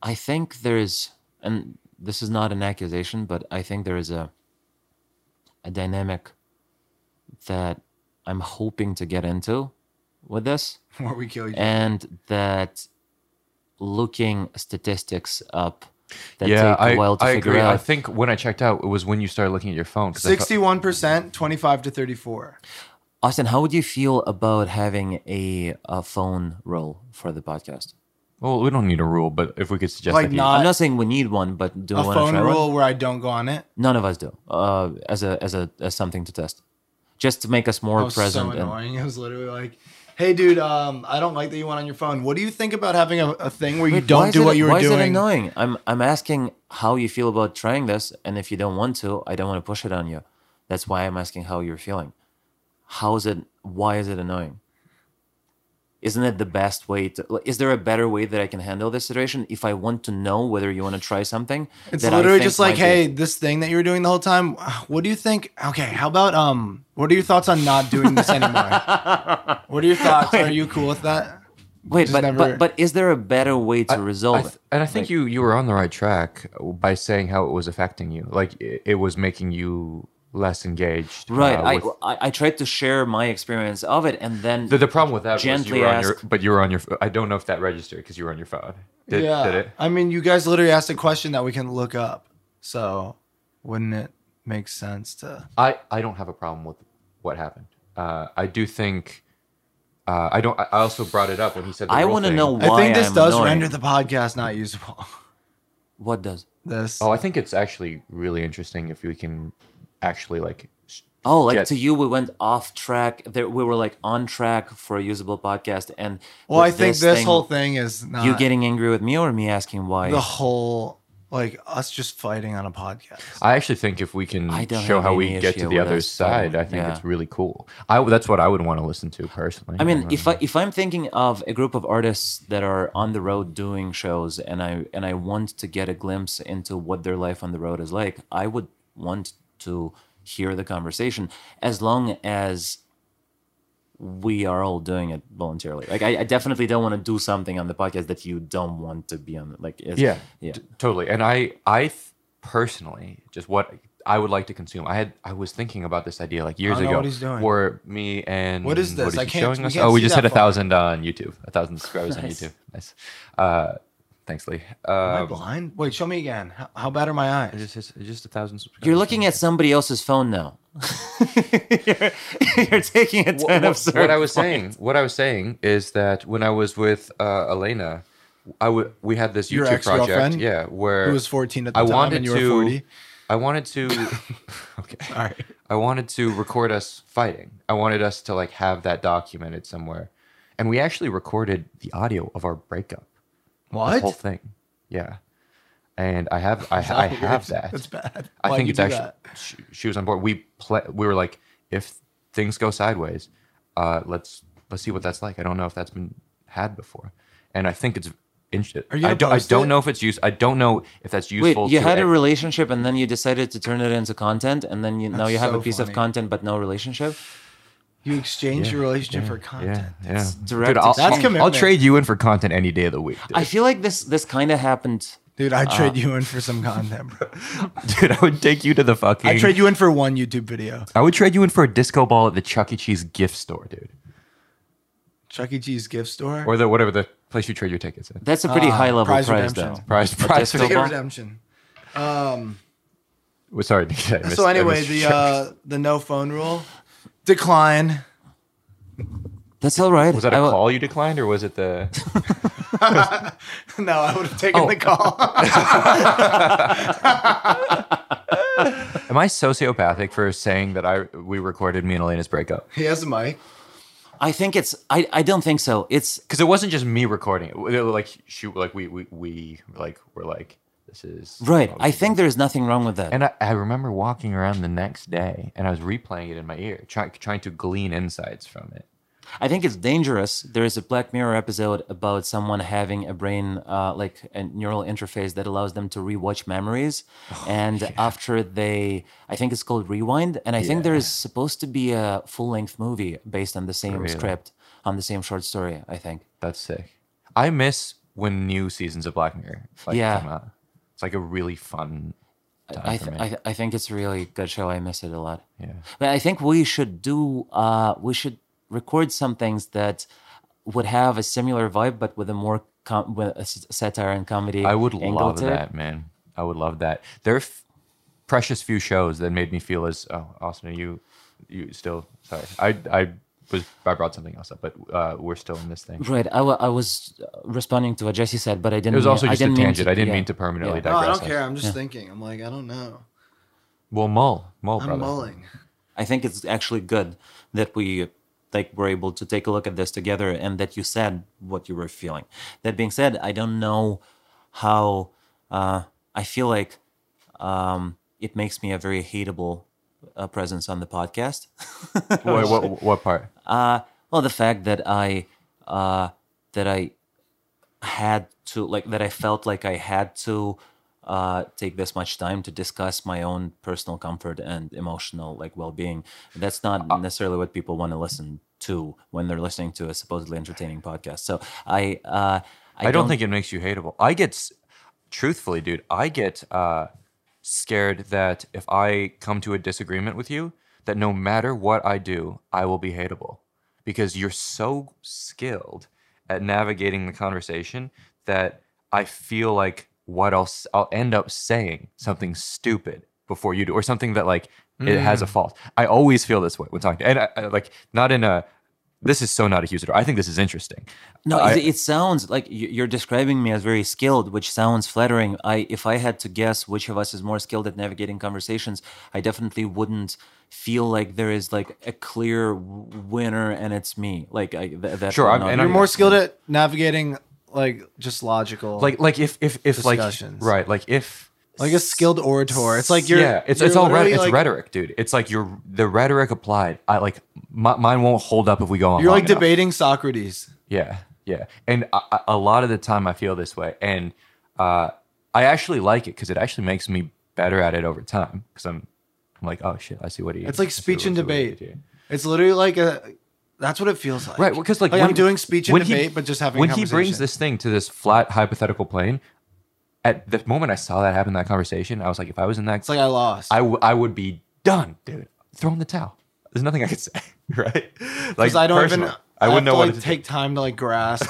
A: I think there's, and this is not an accusation, but I think there is a a dynamic that I'm hoping to get into with this,
C: Where we kill each other.
A: and that looking statistics up that
B: yeah,
A: take a
B: I,
A: while to
B: I
A: figure
B: agree.
A: out.
B: I think when I checked out, it was when you started looking at your phone. 'cause I felt-
C: Sixty-one percent, twenty-five to thirty-four.
A: Austin, how would you feel about having a, a phone role for the podcast?
B: well, we don't need a rule, but if we could suggest
C: Like
B: that you-
C: not-
A: I'm not saying we need one, but do we
C: A
A: want to
C: phone
A: try one?
C: rule where I don't go on it.
A: None of us do. Uh, as a as a as something to test, just to make us more
C: I was Oh, so
A: present. and,
C: annoying. I was literally like, "Hey, dude, um, I don't like that you went on your phone. What do you think about having a, a thing where you
A: Wait, why
C: don't
A: is
C: do
A: it-
C: what you were
A: why
C: doing?"
A: is it annoying? I'm I'm asking how you feel about trying this, and if you don't want to, I don't want to push it on you. That's why I'm asking how you're feeling. How is it? Why is it annoying? Isn't it the best way to? like, Is there a better way that I can handle this situation if I want to know whether you want to try something?
C: It's
A: that I
C: literally
A: think
C: just like,
A: might be-
C: "Hey, this thing that you were doing the whole time. What do you think? Okay, how about um, what are your thoughts on not doing this anymore? what are your thoughts? Are you cool with that?"
A: wait, but,
C: never-
A: but but is there a better way to resolve
B: I th-
A: it?
B: and I think you you were on the right track by saying how it was affecting you. Like it, it was making you less engaged. uh,
A: Right. I,
B: with-
A: I I tried to share my experience of it, and then
B: the, the problem with that was you
A: Gently
B: were on your,
A: ask-
B: but you were on your. I don't know if that registered because you were on your phone. Did,
C: yeah.
B: did it?
C: I mean, you guys literally asked a question that we can look up. So, wouldn't it make sense to?
B: I I don't have a problem with what happened. Uh, I do think. Uh, I don't. I I also brought it up when he said. The
A: I
B: want
A: wanna
B: to
A: know-
C: I
A: Why
C: think this
A: I'm
C: does
A: annoying.
C: render the podcast not usable.
A: what does?
C: this.
B: Oh, I think it's actually really interesting if we can actually like. s-
A: Oh, like
B: Yeah.
A: to you, we went off track. There, we were like on track for a usable podcast, and
C: well, I
A: with
C: think this, whole thing is not
A: you getting angry with me or me asking why?
C: the whole like us just fighting on a podcast.
B: I actually think if we can
A: I don't
B: show
A: have
B: how
A: any
B: we get
A: issue
B: to the
A: with
B: other
A: us,
B: side,
A: um,
B: I think
A: yeah.
B: it's really cool. I w- that's what I would want to listen to personally.
A: I mean, if I if I'm thinking of a group of artists that are on the road doing shows, and I and I want to get a glimpse into what their life on the road is like, I would want to hear the conversation as long as we are all doing it voluntarily. Like, I, I definitely don't want to do something on the podcast that you don't want to be on. Like, it's,
B: Yeah,
A: yeah.
B: t- totally. And I, I th- personally, just what I would like to consume. I had, I was thinking about this idea like years
C: don't know
B: ago.
C: what he's doing.
B: Where me and
C: What is this? I
B: he
C: can't-
B: showing
C: we
B: us?
C: can't
B: oh, we
C: see
B: just
C: that
B: hit a
C: far.
B: thousand on YouTube. A thousand subscribers on
A: Nice.
B: YouTube. Nice. Uh, thanks, Lee.
C: Am I
B: Uh,
C: blind? Wait, show me again. How, how bad are my
B: it
C: eyes?
B: just, it's just a thousand subscribers.
A: You're looking at somebody else's phone now. you're, you're taking a
B: Wh-
A: ton
B: wh-
A: of
B: what, I was saying. What I was saying is that when I was with uh, Elena, I would we had this
C: Your
B: YouTube project,
C: ex-girlfriend?
B: yeah, where
C: Who was 14 at the
B: I
C: time
B: wanted
C: and you were
B: to,
C: 40?
B: I wanted to, okay,
C: All right.
B: I wanted to record us fighting. I wanted us to like have that documented somewhere, and we actually recorded the audio of our breakup, the whole
C: What?
B: thing, yeah. And I have, I, I have that.
C: Oh, That's bad.
B: I
C: Why'd
B: think
C: you
B: it's
C: do
B: actually
C: that?
B: she, she was on board. We play. We were like, if things go sideways, uh, let's let's see what that's like. I don't know if that's been had before, and I think it's. interesting.
C: Are you
B: I
C: gonna
B: don't. I
C: post
B: don't
C: it?
B: know if it's used. I don't know if that's
A: Wait,
B: useful.
A: you
B: to
A: had a
B: a-
A: relationship and then you decided to turn it into content, and then you, now
C: That's
A: you have
C: so
A: a piece
C: funny.
A: of content but no relationship.
C: You exchange your relationship for content.
B: Yeah, yeah.
A: direct
B: Dude, I'll,
A: exchange.
B: I'll-
C: That's
B: I'll
C: commitment.
B: trade you in for content any day of the week. Dude,
A: I feel like this this kind of happened.
C: Dude, I'd
B: Uh,
C: trade you in for some content, bro.
B: Dude, I would take you to the fucking.
C: I'd trade you in for one YouTube video.
B: I would trade you in for a disco ball at the Chuck E. Cheese gift store, dude,
C: Chuck E. Cheese gift store.
B: or the whatever the place you trade your tickets in.
A: That's a pretty high level prize,
C: prize
A: though.
C: redemption.
B: Ah, Prize, prize.
A: disco
C: Ticket
A: ball?
C: redemption. Um,
B: Well, Sorry. Nick, I missed-
C: so
B: I
C: anyway,
B: missed
C: the
B: your joke.
C: uh, the no phone rule. Decline.
A: That's all right.
B: Was that a
A: I will-
B: call you declined, or was it the?
C: No, I would have taken
B: Oh.
C: the call.
B: Am I sociopathic for saying that I we recorded me and Elena's breakup?
C: he has a mic.
A: I think it's. I, I don't think so. It's
B: Because it wasn't just me recording it. It was Like she, like we, we, we, like were like, this is
A: right.
B: what we
A: I
B: should
A: think there's nothing wrong with
B: do.
A: that.
B: And I, I remember walking around the next day, and I was replaying it in my ear, trying trying to glean insights from it.
A: I think it's dangerous. There is a Black Mirror episode about someone having a brain, uh, like a neural interface that allows them to rewatch memories.
B: Oh,
A: and after they, I think it's called Rewind. And I think there is supposed to be a full length movie based on the same
B: Really?
A: script, on the same short story, I think.
B: That's sick. I miss when new seasons of Black Mirror like
A: Yeah.
B: come out. It's It's like a really fun time
A: I,
B: for
A: th-
B: me.
A: I, th- I think it's a really good show. I miss it a lot.
B: yeah.
A: But I think we should do. Uh, we should record some things that would have a similar vibe, but with a more com- with a s- satire and comedy.
B: I would
A: angle
B: love
A: to it.
B: that, man. I would love that. There are f- precious few shows that made me feel as oh, Austin, are you you still sorry. I I was I brought something else up, but uh, we're still in this thing.
A: Right. I wa- I was uh, responding to what Jesse said, but I didn't.
B: It was
A: mean-
B: also
A: I
B: just a
A: didn't mean
B: tangent. I didn't
A: yeah.
B: mean to permanently
A: Yeah.
C: No, Oh, I
B: digress.
C: don't care. I'm just thinking. I'm like, I don't know.
B: Well, mull, mull,
C: I'm
B: brother.
C: mulling.
A: I think it's actually good that we like were able to take a look at this together and that you said what you were feeling. That being said, I don't know how uh, I feel like um, it makes me a very hateable uh, presence on the podcast.
B: Wait, what, what part?
A: Uh, well, the fact that I uh, that I had to like that I felt like I had to uh, take this much time to discuss my own personal comfort and emotional like well-being. That's not
B: Uh,
A: necessarily what people want to listen to when they're listening to a supposedly entertaining podcast. So I uh, I,
B: I don't think it makes you hateable. I get, s- truthfully, dude, I get uh, scared that if I come to a disagreement with you, that no matter what I do, I will be hateable because you're so skilled at navigating the conversation that I feel like what else I'll end up saying something stupid before you do or something that like it has a fault. I always feel this way when talking to, and I, I, like not in a. This is so not a Hughes I think this is interesting.
A: No,
B: I-
A: it, it sounds like you- you're describing me as very skilled, which sounds flattering. I, if I had to guess which of us is more skilled at navigating conversations, I definitely wouldn't feel like there is like a clear w- winner, and it's me. Like I, th- that.
B: Sure,
A: would
B: I'm-
A: not
B: and
A: be-
C: You're
B: I'm-
C: more skilled at navigating, like just logical,
B: like like if if if like
C: Discussions.
B: right like if
C: like a skilled orator. It's like you're
B: yeah it's
C: you're
B: it's all re-
C: literally,
B: it's
C: like,
B: rhetoric dude it's like your the rhetoric applied i like my, mine won't hold up if we go on
C: You're like
B: long enough.
C: debating Socrates.
B: Yeah, yeah. And I, I- a lot of the time I feel this way. And uh, I actually like it because it actually makes me better at it over time because I'm, I'm like, oh shit, I see what he
C: It's like
B: I see
C: speech and
B: what- I see what he
C: debate.
B: did here."
C: It's literally like a. That's what it feels like.
B: Right, because like,
C: like I'm doing speech and
B: when
C: debate, but just having a
B: when he brings
C: conversation.
B: this thing to this flat hypothetical plane. At the moment I saw that happen, in that conversation, I was like, if I was in that,
C: It's like I lost.
B: I, w- I would be done, dude. Throw in the towel. There's nothing I could say, right? Like
C: because I don't even.
B: personally, I wouldn't
C: have
B: know
C: to,
B: what
C: like,
B: to
C: take time to like grasp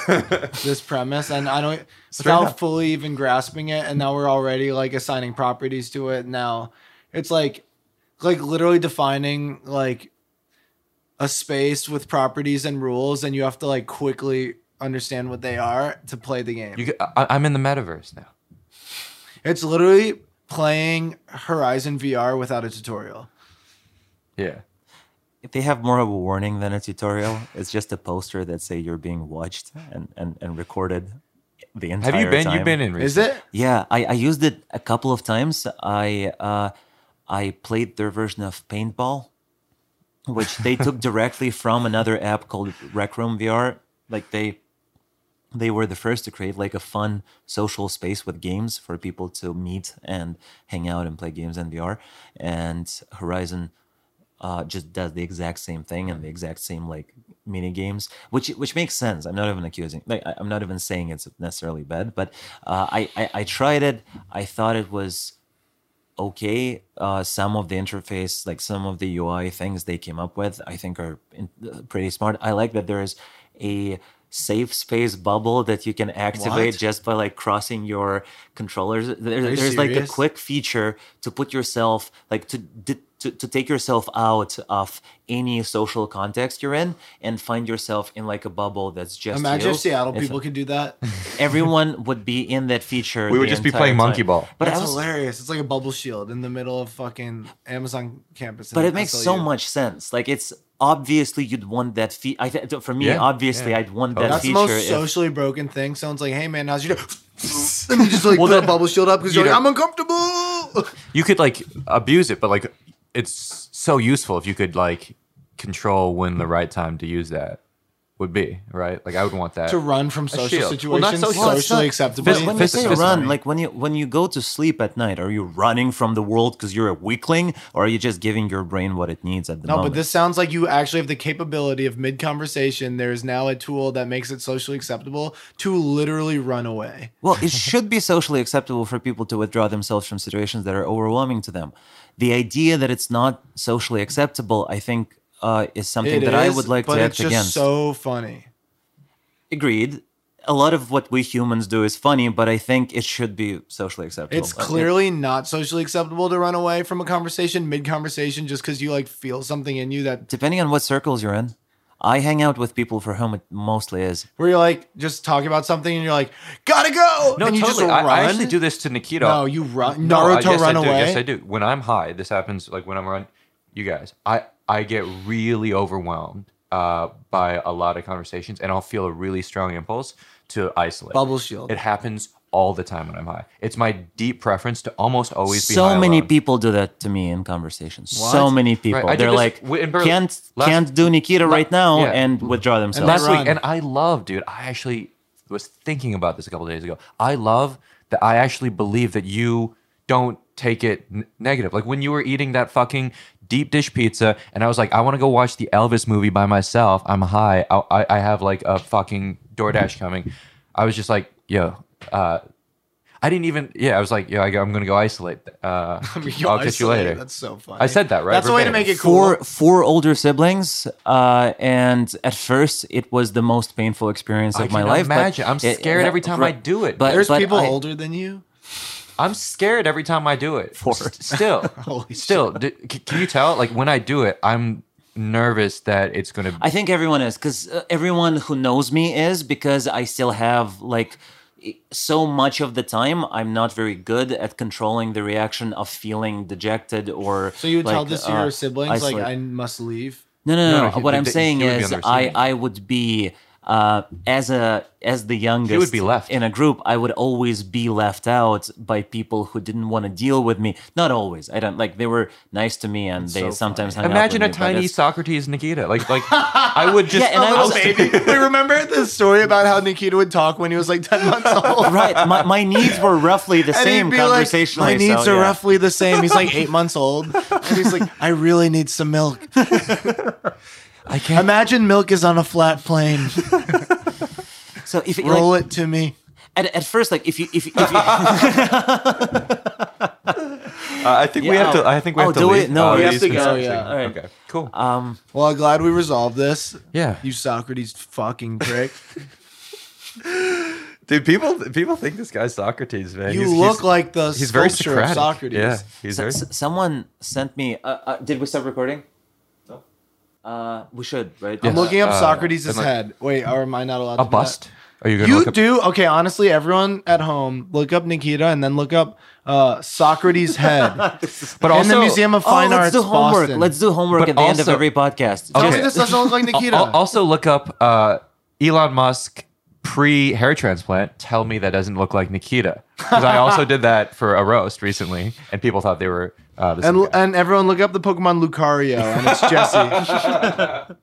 C: this premise, and I don't
B: Straight
C: without
B: up.
C: fully even grasping it. And now we're already like assigning properties to it. Now it's like, like literally defining like a space with properties and rules, and you have to like quickly understand what they are to play the game.
B: do. You, g- I, I'm in the metaverse now.
C: it's literally playing Horizon VR without a tutorial.
B: Yeah.
A: If they have more of a warning than a tutorial. It's just a poster that say you're being watched and and, and recorded. The entire
B: Have you been?
A: Time.
B: You've been in. Recently.
C: Is it?
A: Yeah, I, I used it a couple of times. I uh, I played their version of paintball, which they took directly from another app called Rec Room VR. Like they they were the first to create like a fun social space with games for people to meet and hang out and play games in VR. And Horizon uh, just does the exact same thing and the exact same like mini games, which which makes sense. I'm not even accusing, like I- I'm not even saying it's necessarily bad, but uh, I, I I tried it. I thought it was okay. Uh, some of the interface, like some of the UI things they came up with, I think are in, pretty smart. I like that there is a safe space bubble that you can activate
C: What?
A: just by like crossing your controllers. There-
C: you
A: there's like a
C: serious?
A: quick feature to put yourself like to, di- to to take yourself out of any social context you're in and find yourself in like a bubble that's just
C: Imagine
A: you.
C: if Seattle
A: It's-
C: people could do that.
A: everyone would be in that feature
B: We would
A: the
B: just be
A: entire
B: playing monkey
A: time.
B: ball.
A: but
C: That's
A: I was,
C: hilarious. It's like a bubble shield in the middle of fucking Amazon campus. in
A: but it makes so
C: SLU.
A: much sense like it's obviously you'd want that fee i th- for me
B: Yeah,
A: obviously
B: yeah.
A: i'd want
B: Totally.
A: that
C: That's the
A: feature
C: most
A: if-
C: socially broken thing. Someone's like, "Hey man, how's your day?" and you just like
B: Well,
C: put
B: that-
C: a bubble shield up because
B: you
C: you're like,
B: don't-
C: "I'm uncomfortable."
B: you could like abuse it, but like it's so useful if you could like control when the right time to use that would be, right? Like I would want that.
C: to run from social
B: shield.
C: situations
B: Well, not social- Well,
A: it's
C: socially
A: not-
C: acceptable.
A: But when you say
B: Physically.
A: run, like when you when you go to sleep at night, are you running from the world because you're a weakling, or are you just giving your brain what it needs at the
C: no,
A: moment?
C: but this sounds like you actually have the capability of mid conversation. There is now a tool that makes it socially acceptable to literally run away.
A: Well, it should be socially acceptable for people to withdraw themselves from situations that are overwhelming to them. The idea that it's not socially acceptable, I think, uh, is something
C: It
A: that I
C: is,
A: would like
C: but
A: to
C: it's
A: act
C: just
A: against.
C: so funny.
A: Agreed. A lot of what we humans do is funny, but I think it should be socially acceptable.
C: It's
A: Uh, it-
C: clearly not socially acceptable to run away from a conversation mid conversation just because you like feel something in you that
A: depending on what circles you're in. I hang out with people for whom it mostly is.
C: where you're like just talking about something and you're like gotta go.
B: no,
C: and you
B: totally.
C: just
B: I,
C: run.
B: I actually do this to Nikito.
C: No, you run.
B: No, I-
C: Naruto
B: yes,
C: run
B: I do.
C: away.
B: Yes, I do. When I'm high, this happens. Like when I'm around you guys, I I get really overwhelmed uh, by a lot of conversations, and I'll feel a really strong impulse to isolate.
C: Bubble shield.
B: It happens all the time when I'm high. It's my deep preference to almost always be. high
A: So many
B: alone.
A: people do that to me in conversations. So many people.
B: I did
A: They're
B: this
A: like,
B: w- in Berlin-
A: can't
B: last-
A: can't do Nikita right now
B: yeah.
A: and withdraw themselves.
B: last
C: run.
B: week, and I love, dude. I actually was thinking about this a couple days ago. I love that. I actually believe that you don't take it n- negative. Like when you were eating that fucking deep dish pizza, and I was like, I want to go watch the Elvis movie by myself. I'm high. I, I, I have like a fucking DoorDash coming. I was just like, yo. Uh, I didn't even. Yeah, I was like, yeah, I, am gonna go isolate. Uh,
C: You
B: I'll catch you
C: isolate.
B: later.
C: That's so funny.
B: I said that, right?
C: That's the way to
B: Verbatim.
C: make it cool.
A: four four older siblings, uh, and at first it was the most painful experience of
B: I
A: my
B: can
A: life. but
B: imagine. I'm
A: it-
B: scared
A: it-
B: every time I do it.
A: But
C: There's
A: but
C: people
A: I-
C: older than you.
B: I'm scared every time I do it.
A: Four.
B: S- Still,
C: Holy
B: still. D- c- can you tell? Like when I do it, I'm nervous that it's gonna.
A: I think everyone is because uh, everyone who knows me is because I still have like i- so much of the time I'm not very good at controlling the reaction of feeling dejected or
C: So you would tell
A: like,
C: this to
A: uh,
C: your siblings, like,
A: isolate.
C: I must leave.
A: No, no, no.
B: No,
A: no.
B: he-
A: what
B: he-
A: I'm
B: he
A: saying
B: would be on
A: is,
B: the receiving
A: I
B: end.
A: I would be uh, as a as the youngest.
B: be left.
A: in a group. I would always be left out by people who didn't want to deal with me. Not always. I don't like. They were nice to me, and they
C: so
A: sometimes hung
B: imagine
A: out
B: a
A: with me, but
B: tiny
A: it's-
B: Socrates Nikita. Like like I would just.
A: Yeah, and I
C: Oh,
A: was-
C: baby. we remember the story about how Nikita would talk when he was like 10 months old.
A: Right, my, my needs were roughly the
C: And
A: same
C: he'd be like,
A: conversationally.
C: my needs
A: so,
C: are
A: yeah.
C: roughly the same. He's like eight months old. And he's like, I really need some milk.
B: I can't.
C: Imagine milk is on a flat plane.
A: So if it,
C: Roll
A: like,
C: it to me.
A: at, at first, like if you if, you- if you
B: I think
A: we Yeah, have to- oh. I think we Oh, have to do leave. it? No,
B: Uh,
A: Oh, we
C: have to go, yeah.
A: All right.
B: Okay. Cool.
A: um
C: Well, I'm glad we resolved this.
B: yeah.
C: You Socrates fucking prick.
B: Dude, people people think this guy's Socrates, man.
C: You look like the
B: he's very
C: sculpture of
B: Socratic.
C: Socrates.
B: Yeah. He's
A: so-
B: very.
A: so- someone sent me. Uh, uh, did we stop recording? No. Uh, we should right.
C: I'm
B: Yeah.
C: looking up
B: Uh,
C: Socrates'
B: and like-
C: head. Wait, or am I not allowed
B: A
C: to do that?
B: bust. Are you gonna
C: You
B: look up-
C: do okay. Honestly, everyone at home, look up Nikita and then look up uh, Socrates' head.
B: But
C: in the
B: also-
C: Museum of Fine
A: oh,
C: Arts,
A: let's do homework.
C: Boston.
A: Let's do homework
B: But
A: at the end of
B: also-
A: every podcast.
C: Tell
B: Okay.
C: me this doesn't look like Nikita.
B: Al- also look up uh, Elon Musk pre hair transplant. Tell me that doesn't look like Nikita because I also did that for a roast recently, and people thought they were uh, the same
C: and
B: guy.
C: and everyone, look up the Pokemon Lucario, and it's Jesse.